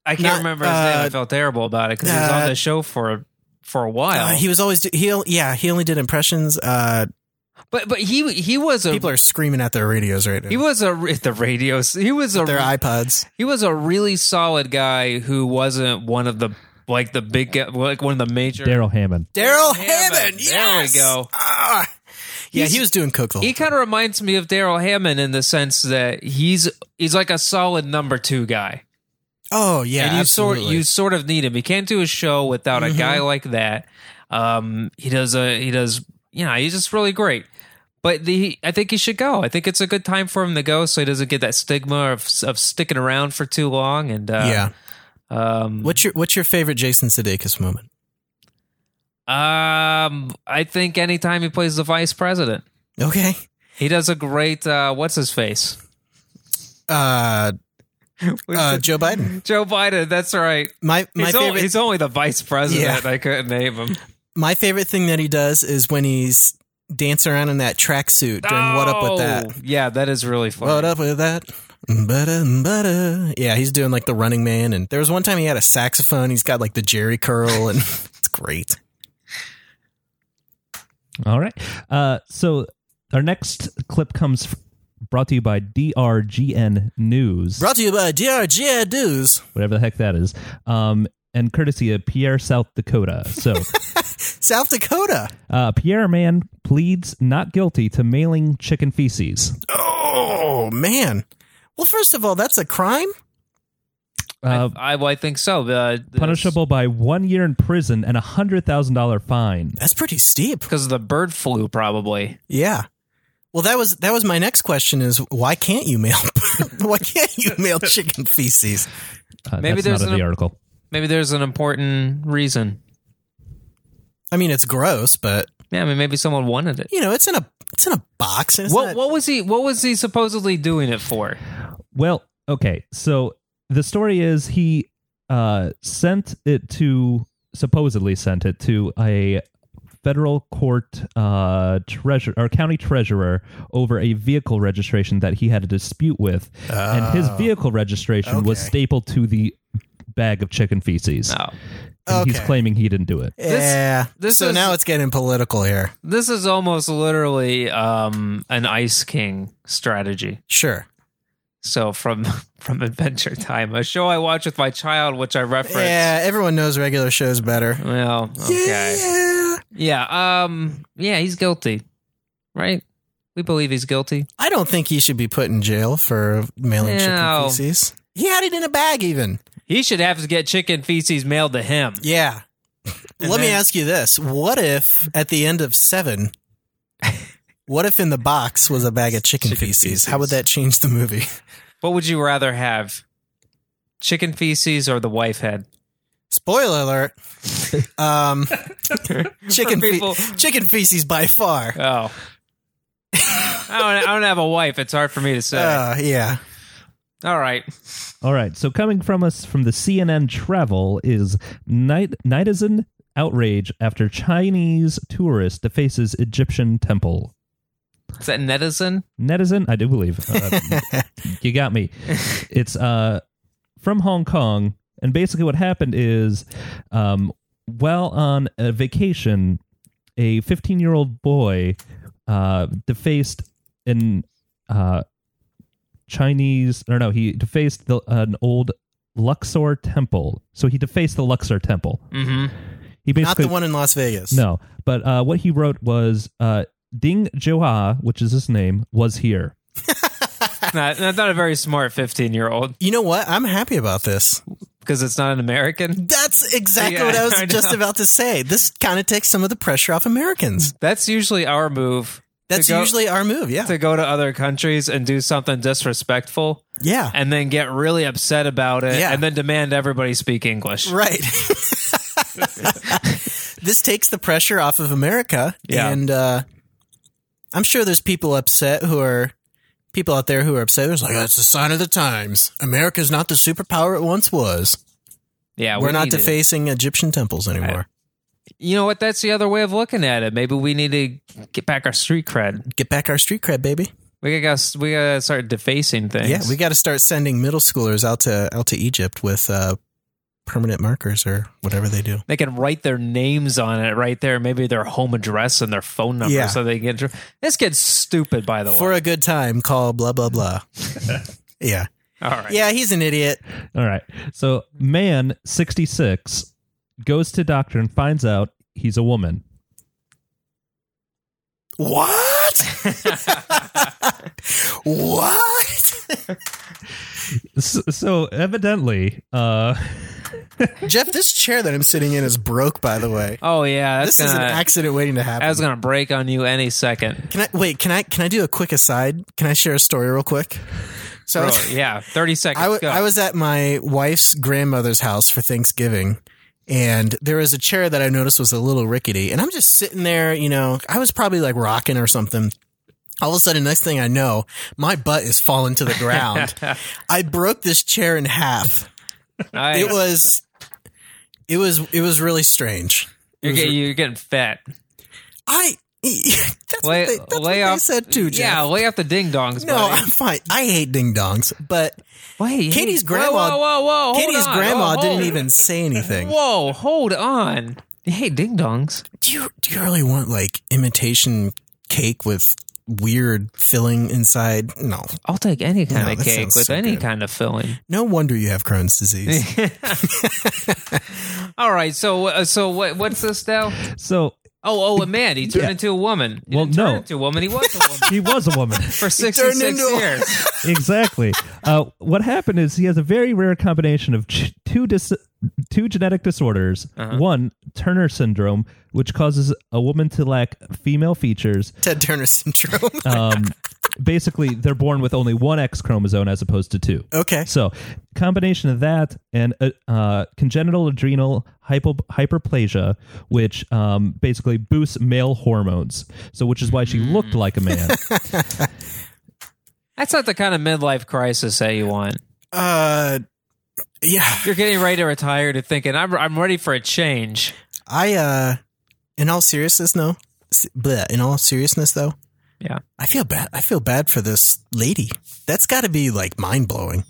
[SPEAKER 1] I can't
[SPEAKER 2] not-
[SPEAKER 1] remember his name. I
[SPEAKER 2] uh,
[SPEAKER 1] felt terrible about it because he was
[SPEAKER 2] uh,
[SPEAKER 1] on the show for for a while.
[SPEAKER 2] Uh, he was always do- he yeah he only did impressions. Uh,
[SPEAKER 1] but but he he was a
[SPEAKER 2] people are screaming at their radios right now.
[SPEAKER 1] he was a [laughs] at the radio. He was a
[SPEAKER 2] their iPods.
[SPEAKER 1] he was a really solid guy who wasn't one of the like the big like one of the major.
[SPEAKER 3] Daryl Hammond.
[SPEAKER 2] Daryl
[SPEAKER 1] Hammond,
[SPEAKER 2] Hammond.
[SPEAKER 1] there we
[SPEAKER 2] yes!
[SPEAKER 1] go.
[SPEAKER 2] Ah. yeah,
[SPEAKER 1] He's-
[SPEAKER 2] he was doing cook the whole
[SPEAKER 1] He kind of reminds me of Daryl Hammond in the sense that he's he's like a solid number two guy.
[SPEAKER 2] Oh yeah,
[SPEAKER 1] and you
[SPEAKER 2] absolutely. Mm-hmm.
[SPEAKER 1] sort you sort of need him. You can't do a show without a guy like that. Um, he does a he does you know he's just really great. But the I think he should go. I think it's a good time for him to go, so he doesn't get that stigma of of sticking around for too long. And uh,
[SPEAKER 2] yeah.
[SPEAKER 1] um,
[SPEAKER 2] What's your what's your favorite Jason Sudeikis moment?
[SPEAKER 1] um, I think anytime he plays the vice president,
[SPEAKER 2] Okay.
[SPEAKER 1] he does a great uh, what's his face.
[SPEAKER 2] Uh, uh, Joe Biden.
[SPEAKER 1] Joe Biden, that's right.
[SPEAKER 2] My my
[SPEAKER 1] he's,
[SPEAKER 2] favorite
[SPEAKER 1] only, he's only the vice president.
[SPEAKER 2] Yeah.
[SPEAKER 1] I couldn't name him.
[SPEAKER 2] my favorite thing that he does is when he's dancing around in that tracksuit doing what up with that.
[SPEAKER 1] Oh, Yeah, that is really funny.
[SPEAKER 2] What up with that? Butter, butter. Yeah, he's doing like the Running Man, and there was one time he had a saxophone. He's got like the Jerry curl, and [laughs] it's great.
[SPEAKER 3] All right. Uh, so our next clip comes f- brought to you by DRGN News,
[SPEAKER 2] Brought to you by DRG News.
[SPEAKER 3] whatever the heck that is, um, and courtesy of Pierre, South Dakota. So
[SPEAKER 2] South Dakota.
[SPEAKER 3] uh, Pierre Man pleads not guilty to mailing chicken feces.
[SPEAKER 2] Oh man. Well, first of all, that's a crime.
[SPEAKER 3] Uh,
[SPEAKER 1] I, I, I think so. Uh,
[SPEAKER 3] punishable by one year in prison and a hundred thousand dollar fine.
[SPEAKER 2] That's pretty steep.
[SPEAKER 1] because of the bird flu, probably.
[SPEAKER 2] Yeah. Well, that was that was my next question: is why can't you mail? [laughs] why can't you mail chicken feces?
[SPEAKER 3] Uh,
[SPEAKER 1] Maybe
[SPEAKER 3] that's
[SPEAKER 1] there's
[SPEAKER 3] not in the
[SPEAKER 1] an-
[SPEAKER 3] article.
[SPEAKER 1] Maybe there's an important reason.
[SPEAKER 2] I mean, it's gross, but
[SPEAKER 1] Yeah, I mean, maybe someone wanted it.
[SPEAKER 2] you know, it's in a it's in a box. And it's
[SPEAKER 1] What
[SPEAKER 2] not-
[SPEAKER 1] what was he What was he supposedly doing it for?
[SPEAKER 3] Well, okay. So the story is he uh, sent it to supposedly sent it to a federal court uh, treasurer or county treasurer over a vehicle registration that he had a dispute with, and
[SPEAKER 1] Ah,
[SPEAKER 3] his vehicle registration was
[SPEAKER 2] Okay.
[SPEAKER 3] stapled to the bag of chicken feces.
[SPEAKER 1] No.
[SPEAKER 3] And He's
[SPEAKER 2] Okay.
[SPEAKER 3] claiming he didn't do it.
[SPEAKER 2] yeah.
[SPEAKER 1] this
[SPEAKER 2] so
[SPEAKER 1] is-
[SPEAKER 2] now it's getting political here.
[SPEAKER 1] This is almost literally um, an Ice King strategy.
[SPEAKER 2] Sure.
[SPEAKER 1] So from [laughs] from Adventure Time, a show I watch with my child, which I reference.
[SPEAKER 2] Yeah, everyone knows regular shows better.
[SPEAKER 1] Well, okay.
[SPEAKER 2] Yeah.
[SPEAKER 1] Yeah. Um. Yeah, he's guilty, right? We believe he's guilty.
[SPEAKER 2] I don't think he should be put in jail for mailing
[SPEAKER 1] No.
[SPEAKER 2] chicken feces. He had it in a bag, even.
[SPEAKER 1] He should have to get chicken feces mailed to him.
[SPEAKER 2] Yeah. Let me
[SPEAKER 1] then-
[SPEAKER 2] ask you this: What if at the end
[SPEAKER 1] [laughs]
[SPEAKER 2] of seven, what if in the box was a bag of chicken,
[SPEAKER 1] Chicken
[SPEAKER 2] feces?
[SPEAKER 1] feces.
[SPEAKER 2] How would that change the movie? [laughs]
[SPEAKER 1] What would you rather have, chicken feces or the wife head?
[SPEAKER 2] Spoiler alert: um,
[SPEAKER 1] [laughs]
[SPEAKER 2] chicken
[SPEAKER 1] For
[SPEAKER 2] fe-
[SPEAKER 1] people-
[SPEAKER 2] chicken feces by far.
[SPEAKER 1] Oh. [laughs] I don't, I don't have a wife. It's hard for me to say.
[SPEAKER 2] Uh, yeah.
[SPEAKER 1] All right.
[SPEAKER 3] All right. So coming from us from the CNN Travel is night netizen outrage after Chinese tourist defaces Egyptian temple.
[SPEAKER 1] Is that netizen?
[SPEAKER 3] Netizen, I
[SPEAKER 2] [laughs]
[SPEAKER 3] do believe. Uh, you got me. It's uh from Hong Kong, and basically what happened is, um, while on a vacation, a 15 year old boy uh, defaced an uh, Chinese, or no, he defaced the, an old Luxor temple. So he defaced the Luxor temple.
[SPEAKER 1] Mm-hmm. [laughs]
[SPEAKER 3] He
[SPEAKER 2] Mm, Not
[SPEAKER 3] basically
[SPEAKER 2] the one in Las Vegas.
[SPEAKER 3] no, but uh, what he wrote was uh, Ding Johua, which is his name, was here.
[SPEAKER 1] not, that's not a very smart 15 year old
[SPEAKER 2] You know what? I'm happy about this.
[SPEAKER 1] because it's not an American.
[SPEAKER 2] That's exactly
[SPEAKER 1] Yeah,
[SPEAKER 2] what I was
[SPEAKER 1] [laughs] I know.
[SPEAKER 2] just about to say. This kind of takes some of the pressure off Americans.
[SPEAKER 1] That's usually our move. to
[SPEAKER 2] That's
[SPEAKER 1] go-
[SPEAKER 2] usually our move. Yeah.
[SPEAKER 1] to go to other countries and do something disrespectful
[SPEAKER 2] yeah.
[SPEAKER 1] and then get really upset about it
[SPEAKER 2] Yeah.
[SPEAKER 1] and then demand everybody speak English.
[SPEAKER 2] Right. [laughs] this takes the pressure off of America.
[SPEAKER 1] Yeah.
[SPEAKER 2] And uh, I'm sure there's people upset who are people out there who are upset. It's like, that's a sign of the times. America's not the superpower it once was.
[SPEAKER 1] Yeah,
[SPEAKER 2] We're
[SPEAKER 1] we
[SPEAKER 2] not
[SPEAKER 1] need to-
[SPEAKER 2] defacing Egyptian temples anymore.
[SPEAKER 1] You know what? That's the other way of looking at it. Maybe we need to get back our street cred.
[SPEAKER 2] Get back our street cred, baby.
[SPEAKER 1] We got we got to start defacing things.
[SPEAKER 2] Yeah, we got to start sending middle schoolers out to out to Egypt with uh, permanent markers or whatever they do.
[SPEAKER 1] they can write their names on it right there, maybe their home address and their phone number,
[SPEAKER 2] Yeah.
[SPEAKER 1] so they can get. This gets stupid, by the
[SPEAKER 2] For
[SPEAKER 1] way.
[SPEAKER 2] a good time, call blah
[SPEAKER 1] [laughs]
[SPEAKER 2] blah blah. yeah,
[SPEAKER 1] All right,
[SPEAKER 2] yeah, he's an idiot.
[SPEAKER 3] All right. So, man 66 goes to doctor and finds out he's a woman.
[SPEAKER 2] [laughs] What? what?
[SPEAKER 3] So, so evidently, uh,
[SPEAKER 2] Jeff, this chair that I'm sitting in is broke, by the way.
[SPEAKER 1] Oh yeah, that's
[SPEAKER 2] this is an
[SPEAKER 1] gonna.
[SPEAKER 2] accident waiting to happen.
[SPEAKER 1] that's gonna break on you any second.
[SPEAKER 2] [laughs] can I wait, can I can I do a quick aside? Can I share a story real quick? So
[SPEAKER 1] Bro, Oh, yeah, thirty seconds.
[SPEAKER 2] I, w-
[SPEAKER 1] go.
[SPEAKER 2] I was at my wife's grandmother's house for Thanksgiving, and there was a chair that I noticed was a little rickety. And I'm just sitting there, you know, I was probably like rocking or something. All of a sudden, next thing I know, my butt is falling to the
[SPEAKER 1] [laughs]
[SPEAKER 2] ground. I broke this chair in half.
[SPEAKER 1] Nice.
[SPEAKER 2] It was, it was, it was really strange.
[SPEAKER 1] You're getting, you're getting fat.
[SPEAKER 2] I. e, [laughs] That's
[SPEAKER 1] Lay,
[SPEAKER 2] what they, that's
[SPEAKER 1] lay
[SPEAKER 2] what they
[SPEAKER 1] off,
[SPEAKER 2] said too, Jeff.
[SPEAKER 1] Yeah, lay off the ding dongs.
[SPEAKER 2] no, I'm fine. I hate ding dongs, but
[SPEAKER 1] wait.
[SPEAKER 2] Katie's
[SPEAKER 1] hey,
[SPEAKER 2] grandma-
[SPEAKER 1] Whoa, whoa, whoa! hold
[SPEAKER 2] Katie's
[SPEAKER 1] on.
[SPEAKER 2] grandma
[SPEAKER 1] Whoa,
[SPEAKER 2] didn't
[SPEAKER 1] hold-
[SPEAKER 2] even say anything.
[SPEAKER 1] Whoa, hold on. Hey, ding dongs.
[SPEAKER 2] do you do you really want like imitation cake with weird filling inside? No.
[SPEAKER 1] I'll take any kind
[SPEAKER 2] No,
[SPEAKER 1] of
[SPEAKER 2] that
[SPEAKER 1] cake
[SPEAKER 2] sounds
[SPEAKER 1] with
[SPEAKER 2] so
[SPEAKER 1] any
[SPEAKER 2] good.
[SPEAKER 1] kind of filling.
[SPEAKER 2] No wonder you have Crohn's disease.
[SPEAKER 1] All right, so uh, so what? What's this now?
[SPEAKER 3] so
[SPEAKER 1] Oh, oh, a man. He turned
[SPEAKER 3] Yeah.
[SPEAKER 1] into a woman. He
[SPEAKER 3] Well,
[SPEAKER 1] didn't turn
[SPEAKER 3] no.
[SPEAKER 1] into a woman. He was a
[SPEAKER 2] [laughs]
[SPEAKER 1] woman
[SPEAKER 3] he was a woman.
[SPEAKER 1] for sixty six
[SPEAKER 2] into a-
[SPEAKER 1] years.
[SPEAKER 3] exactly. Uh, what happened is he has a very rare combination of ch- two dis- two genetic disorders. One, Turner syndrome, which causes a woman to lack female features.
[SPEAKER 2] Ted Turner syndrome.
[SPEAKER 3] Um, basically, they're born with only one X chromosome as opposed to two.
[SPEAKER 2] okay.
[SPEAKER 3] So, combination of that and uh, uh, congenital adrenal hypo- hyperplasia, which um, basically boosts male hormones. So, which is why she
[SPEAKER 2] Mm.
[SPEAKER 3] looked like
[SPEAKER 2] [laughs]
[SPEAKER 3] a man.
[SPEAKER 1] That's not the kind of midlife crisis that you want.
[SPEAKER 2] Uh yeah.
[SPEAKER 1] You're getting ready to retire to thinking I'm I'm ready for a change.
[SPEAKER 2] I uh in all seriousness, no. S- Bleh. In all seriousness, though,
[SPEAKER 1] Yeah.
[SPEAKER 2] I feel bad. I feel bad for this lady. That's got to be like mind blowing.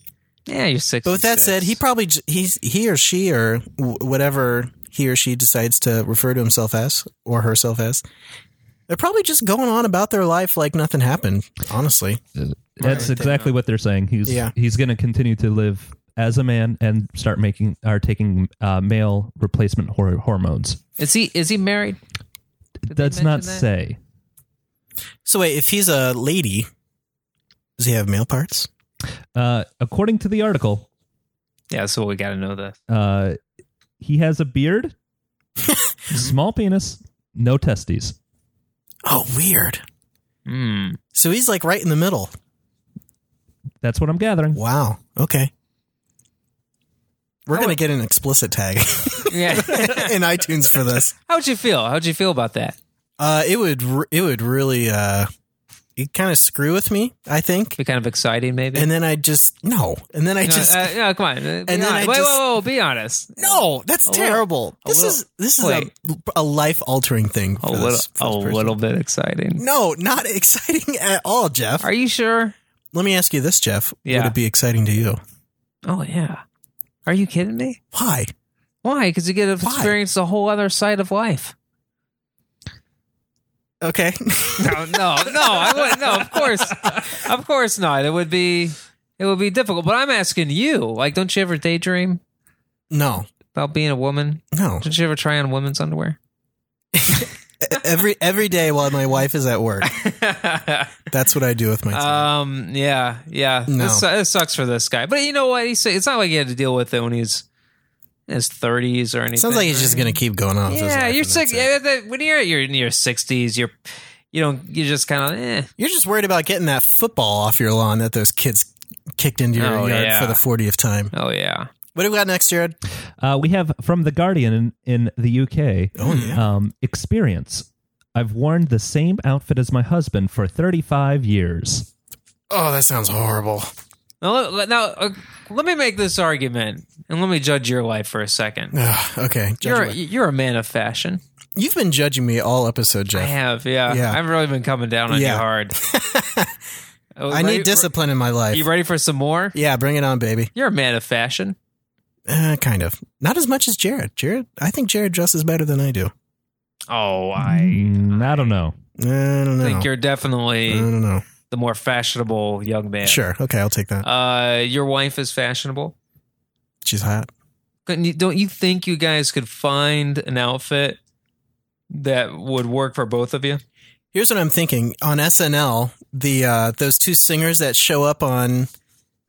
[SPEAKER 1] Yeah, you're six.
[SPEAKER 2] But with that said, he probably j- he's he or she or wh- whatever he or she decides to refer to himself as or herself as, they're probably just going on about their life like nothing happened. Honestly,
[SPEAKER 3] That's exactly what they're saying. He's
[SPEAKER 2] Yeah.
[SPEAKER 3] he's going to continue to live as a man and start making or taking uh, male replacement hor- hormones.
[SPEAKER 1] is he is he married? they
[SPEAKER 3] That's not
[SPEAKER 1] mention that?
[SPEAKER 3] say.
[SPEAKER 2] so wait, if he's a lady, does he have male parts?
[SPEAKER 3] Uh, according to the article,
[SPEAKER 1] Yeah, so we got to know this.
[SPEAKER 3] uh, he has
[SPEAKER 2] [laughs]
[SPEAKER 3] a beard, small penis, no testes.
[SPEAKER 2] Oh, weird.
[SPEAKER 1] Hmm.
[SPEAKER 2] So he's like right in the middle.
[SPEAKER 3] That's what I'm gathering.
[SPEAKER 2] Wow. Okay. We're gonna get an explicit tag [laughs]
[SPEAKER 1] Yeah. [laughs]
[SPEAKER 2] in iTunes for this.
[SPEAKER 1] How'd you feel? How'd you feel about that?
[SPEAKER 2] Uh, it would re- it would really uh, it kind of screw with me. I think.
[SPEAKER 1] Be kind of exciting, maybe.
[SPEAKER 2] and then I just no, and then I
[SPEAKER 1] no,
[SPEAKER 2] just
[SPEAKER 1] uh, no, come on. And
[SPEAKER 2] then I
[SPEAKER 1] wait, wait,
[SPEAKER 2] just-
[SPEAKER 1] whoa, whoa, be honest.
[SPEAKER 2] no. That's
[SPEAKER 1] A little-
[SPEAKER 2] terrible.
[SPEAKER 1] a
[SPEAKER 2] this
[SPEAKER 1] little-
[SPEAKER 2] is this is
[SPEAKER 1] wait.
[SPEAKER 2] a, a life altering thing.
[SPEAKER 1] A
[SPEAKER 2] For this-
[SPEAKER 1] little,
[SPEAKER 2] for
[SPEAKER 1] a
[SPEAKER 2] this person.
[SPEAKER 1] little bit exciting.
[SPEAKER 2] No, not [laughs] exciting at all, Jeff.
[SPEAKER 1] Are you sure?
[SPEAKER 2] Let me ask you this, Jeff.
[SPEAKER 1] Yeah.
[SPEAKER 2] Would it be exciting to you?
[SPEAKER 1] Oh yeah. Are you kidding me?
[SPEAKER 2] Why?
[SPEAKER 1] Why? Because you get to
[SPEAKER 2] Why?
[SPEAKER 1] experience a whole other side of life.
[SPEAKER 2] Okay. [laughs]
[SPEAKER 1] No, no, no. I wouldn't. No, of course, of course not. It would be, it would be difficult. But I'm asking you. Like, don't you ever daydream
[SPEAKER 2] no,
[SPEAKER 1] about being a woman?
[SPEAKER 2] no. E,
[SPEAKER 1] Don't you ever try on women's underwear?
[SPEAKER 2] [laughs] every every day while my wife is
[SPEAKER 1] [laughs]
[SPEAKER 2] at work, that's what I do with my time.
[SPEAKER 1] Um. Yeah. Yeah.
[SPEAKER 2] No.
[SPEAKER 1] This, uh, this sucks for this guy. But you know what? He's, it's not like he had to deal with it when he's in his thirties or anything.
[SPEAKER 2] Sounds like he's just
[SPEAKER 1] right?
[SPEAKER 2] gonna keep going on. with his
[SPEAKER 1] Yeah,
[SPEAKER 2] life
[SPEAKER 1] you're
[SPEAKER 2] and
[SPEAKER 1] sick.
[SPEAKER 2] that's it.
[SPEAKER 1] Yeah, that- when you're at your in your sixties, you're you don't you just kind of eh.
[SPEAKER 2] You're just worried about getting that football off your lawn that those kids kicked into your
[SPEAKER 1] Oh,
[SPEAKER 2] yard
[SPEAKER 1] yeah.
[SPEAKER 2] for the 40th time.
[SPEAKER 1] Oh yeah.
[SPEAKER 2] What do we got next, Jared?
[SPEAKER 3] Uh, we have from the Guardian in, in the UK.
[SPEAKER 2] Oh, yeah.
[SPEAKER 3] Um, experience. I've worn the same outfit as my husband for 35 years.
[SPEAKER 2] Oh, that sounds horrible.
[SPEAKER 1] Now, let- let- now uh, let me make this argument and let me judge your life for a second.
[SPEAKER 2] Ugh, okay. Judge
[SPEAKER 1] You're
[SPEAKER 2] away.
[SPEAKER 1] you're a man of fashion.
[SPEAKER 2] You've been judging me all episode,
[SPEAKER 1] I
[SPEAKER 2] Jeff.
[SPEAKER 1] have, yeah.
[SPEAKER 2] Yeah.
[SPEAKER 1] I've really been coming down on you
[SPEAKER 2] Yeah. [laughs]
[SPEAKER 1] hard. Uh,
[SPEAKER 2] I, need discipline in my life.
[SPEAKER 1] You ready for some more?
[SPEAKER 2] yeah, bring it on, baby.
[SPEAKER 1] You're a man of fashion.
[SPEAKER 2] Uh, kind of. Not as much as Jared. Jared, I think Jared dresses better than I do.
[SPEAKER 1] Oh, I
[SPEAKER 3] Mm, I don't know.
[SPEAKER 2] I don't know.
[SPEAKER 1] think you're
[SPEAKER 2] I
[SPEAKER 1] definitely
[SPEAKER 2] don't know.
[SPEAKER 1] the more fashionable young man.
[SPEAKER 2] Mm. Sure. Okay, I'll take that.
[SPEAKER 1] Uh, your wife is fashionable.
[SPEAKER 2] She's hot.
[SPEAKER 1] Couldn't you, don't you think you guys could find an outfit that would work for both of you?
[SPEAKER 2] Here's what I'm thinking on SNL: the uh, those two singers that show up on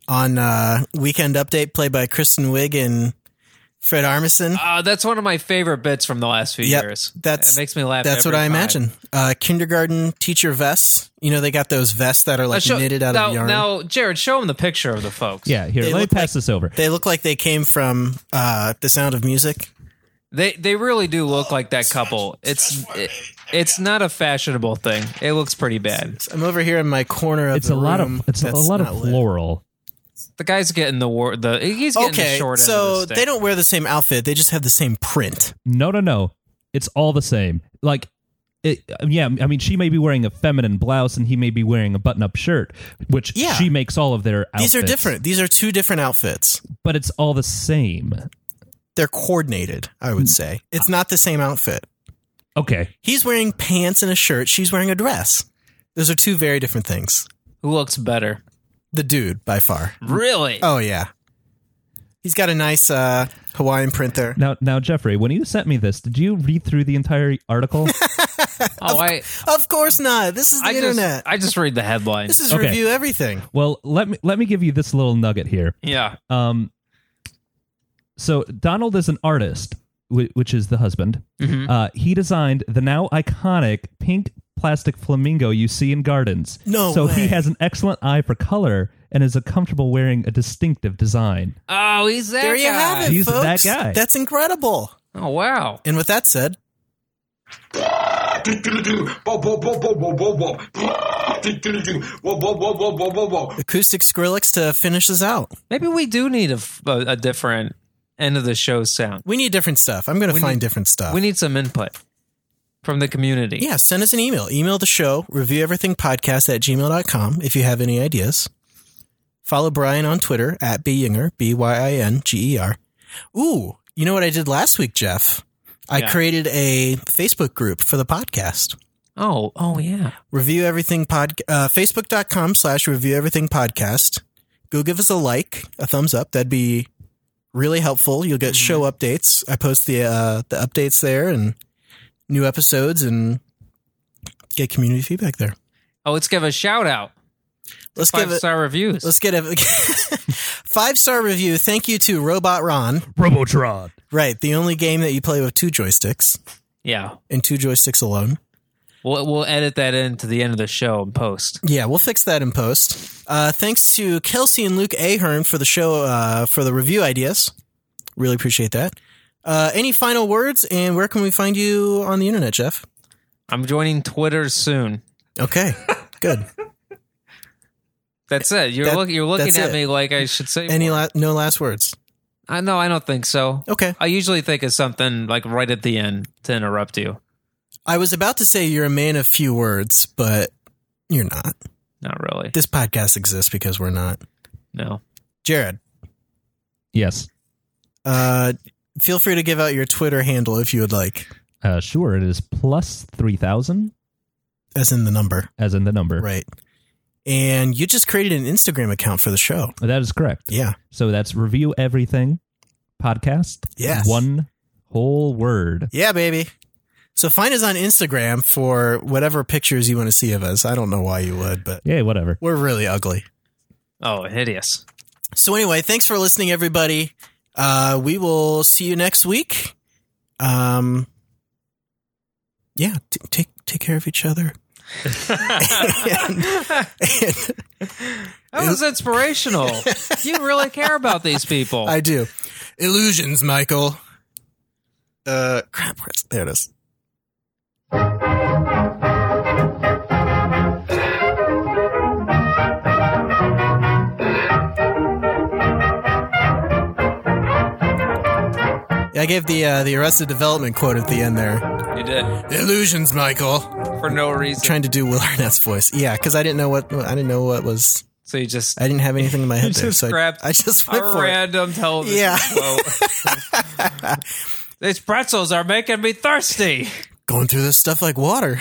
[SPEAKER 2] on uh, Weekend Update, played by Kristen Wiig and Fred Armisen.
[SPEAKER 1] Uh, that's one of my favorite bits from the last few
[SPEAKER 2] Yep,
[SPEAKER 1] years.
[SPEAKER 2] that's-
[SPEAKER 1] it makes me laugh.
[SPEAKER 2] That's what
[SPEAKER 1] every
[SPEAKER 2] I
[SPEAKER 1] time.
[SPEAKER 2] imagine. Uh, kindergarten teacher vests. You know, they got those vests that are
[SPEAKER 1] Uh,
[SPEAKER 2] like
[SPEAKER 1] show-
[SPEAKER 2] knitted out
[SPEAKER 1] now,
[SPEAKER 2] of yarn.
[SPEAKER 1] Now, Jared, show him the picture of the folks.
[SPEAKER 3] Yeah, here,
[SPEAKER 2] They
[SPEAKER 3] let me
[SPEAKER 2] look
[SPEAKER 3] pass this over.
[SPEAKER 2] They look like they came from uh, The Sound of Music.
[SPEAKER 1] they they really do look like that couple. It's it, it's not a fashionable thing. It looks pretty bad.
[SPEAKER 2] So I'm over here in my corner of
[SPEAKER 3] It's
[SPEAKER 2] the
[SPEAKER 3] a lot
[SPEAKER 2] room
[SPEAKER 3] of it's a
[SPEAKER 2] that's
[SPEAKER 3] lot of
[SPEAKER 2] not lit.
[SPEAKER 3] floral.
[SPEAKER 1] The guy's getting the war. The he's getting the
[SPEAKER 2] Okay,
[SPEAKER 1] short end. of
[SPEAKER 2] so
[SPEAKER 1] the stick.
[SPEAKER 2] they don't wear the same outfit. They just have the same print.
[SPEAKER 3] No, no, no. It's all the same. Like it, yeah, I mean, she may be wearing a feminine blouse and he may be wearing a button-up shirt, which
[SPEAKER 2] Yeah.
[SPEAKER 3] she makes all of their outfits.
[SPEAKER 2] These are different. These are two different outfits.
[SPEAKER 3] but it's all the same.
[SPEAKER 2] they're coordinated, I would say. It's not the same outfit.
[SPEAKER 3] Okay,
[SPEAKER 2] He's wearing pants and a shirt, she's wearing a dress. Those are two very different things.
[SPEAKER 1] Who looks better?
[SPEAKER 2] The dude by far.
[SPEAKER 1] Really?
[SPEAKER 2] Oh yeah. He's got a nice uh, Hawaiian print there.
[SPEAKER 3] now, now, Jeffrey, when you sent me this, did you read through the entire
[SPEAKER 2] [laughs]
[SPEAKER 3] article?
[SPEAKER 1] oh I
[SPEAKER 2] Of course not. This is the
[SPEAKER 1] I just
[SPEAKER 2] internet.
[SPEAKER 1] I just read the headline.
[SPEAKER 2] this is
[SPEAKER 3] Okay.
[SPEAKER 2] review everything.
[SPEAKER 3] well, let me let me give you this little nugget here.
[SPEAKER 1] yeah.
[SPEAKER 3] Um, so Donald is an artist, whi- which is the husband. Uh, he designed the now iconic pink plastic flamingo you see in gardens.
[SPEAKER 2] No
[SPEAKER 3] so
[SPEAKER 2] way.
[SPEAKER 3] he has an excellent eye for color and is a comfortable wearing a distinctive design.
[SPEAKER 1] Oh, he's that
[SPEAKER 2] There you
[SPEAKER 1] guy.
[SPEAKER 2] have it,
[SPEAKER 3] He's that
[SPEAKER 2] folks.
[SPEAKER 3] guy.
[SPEAKER 2] That's incredible.
[SPEAKER 1] Oh wow.
[SPEAKER 2] And with that said, acoustic Skrillex to finish us out.
[SPEAKER 1] Maybe we do need a, f- a- a different end of the show sound.
[SPEAKER 2] We need different stuff. I'm going to find different stuff.
[SPEAKER 1] We need some input. from the community.
[SPEAKER 2] Yeah, send us an email. Email the show, revieweverythingpodcast at gmail.com if you have any ideas. Follow Brian on Twitter at byinger, B Y I N G E R. Ooh, you know what I did last week, Jeff? I
[SPEAKER 1] Yeah.
[SPEAKER 2] created a Facebook group for the podcast.
[SPEAKER 1] Oh, oh yeah.
[SPEAKER 2] Review Everything Pod, uh, Facebook.com slash Review Everything Podcast. Go give us a like, a thumbs up. That'd be really helpful. You'll get show updates. I post the, uh, the updates there and new episodes and get community feedback there.
[SPEAKER 1] Oh, let's give a shout out.
[SPEAKER 2] Let's
[SPEAKER 1] Five
[SPEAKER 2] give it.
[SPEAKER 1] star reviews.
[SPEAKER 2] Let's get a [laughs] five star review. Thank you to Robot Ron.
[SPEAKER 3] Robotron.
[SPEAKER 2] Right, the only game that you play with two joysticks
[SPEAKER 1] yeah,
[SPEAKER 2] and two joysticks alone.
[SPEAKER 1] we'll we'll edit that in to the end of the show and post.
[SPEAKER 2] Yeah, we'll fix that in post. Uh, thanks to Kelsey and Luke Ahern for the show uh, for the review ideas. Really appreciate that. Uh, any final words? And where can we find you on the internet, Jeff?
[SPEAKER 1] I'm joining Twitter soon.
[SPEAKER 2] Okay, good.
[SPEAKER 1] That's it. You're
[SPEAKER 2] That-
[SPEAKER 1] look, you're looking
[SPEAKER 2] that's
[SPEAKER 1] at
[SPEAKER 2] it.
[SPEAKER 1] me like I should say.
[SPEAKER 2] Any Oh. la- no last words?
[SPEAKER 1] I no, I don't think so.
[SPEAKER 2] Okay.
[SPEAKER 1] I usually think of something like right at the end to interrupt you.
[SPEAKER 2] I was about to say you're a man of few words, but you're not.
[SPEAKER 1] Not really.
[SPEAKER 2] This podcast exists because we're not.
[SPEAKER 1] No.
[SPEAKER 2] Jared,
[SPEAKER 3] Yes.
[SPEAKER 2] uh, feel free to give out your Twitter handle if you would like,
[SPEAKER 3] Uh, sure, it is plus 3,000
[SPEAKER 2] as in the number,
[SPEAKER 3] as in the number.
[SPEAKER 2] right? And you just created an Instagram account for the show.
[SPEAKER 3] That is correct.
[SPEAKER 2] Yeah.
[SPEAKER 3] So that's review everything podcast.
[SPEAKER 2] Yes.
[SPEAKER 3] One whole word.
[SPEAKER 2] Yeah, baby. So find us on Instagram for whatever pictures you want to see of us. I don't know why you would, but
[SPEAKER 3] Yay, whatever.
[SPEAKER 2] we're really ugly.
[SPEAKER 1] Oh,
[SPEAKER 2] [laughs]
[SPEAKER 1] hideous.
[SPEAKER 2] So anyway, thanks for listening, everybody. Uh, we will see you next week. Um, yeah, t- take take care of each other. [laughs] And-
[SPEAKER 1] That was
[SPEAKER 2] [laughs]
[SPEAKER 1] inspirational. you really care about these people.
[SPEAKER 2] I do. Illusions, Michael. Uh, crap. Where's, there it is. I gave the uh, the Arrested Development quote at the end there.
[SPEAKER 1] you did
[SPEAKER 2] Illusions, Michael.
[SPEAKER 1] for no reason.
[SPEAKER 2] Trying to do Will Arnett's voice. Yeah, because I didn't know what I didn't know what was.
[SPEAKER 1] so you just
[SPEAKER 2] I didn't have anything in my head.
[SPEAKER 1] [laughs] You
[SPEAKER 2] there,
[SPEAKER 1] just
[SPEAKER 2] so I-
[SPEAKER 1] grabbed
[SPEAKER 2] I, just went
[SPEAKER 1] a
[SPEAKER 2] for it.
[SPEAKER 1] random television
[SPEAKER 2] Yeah.
[SPEAKER 1] quote.
[SPEAKER 2] [laughs]
[SPEAKER 1] These pretzels are making me thirsty.
[SPEAKER 2] going through this stuff like water.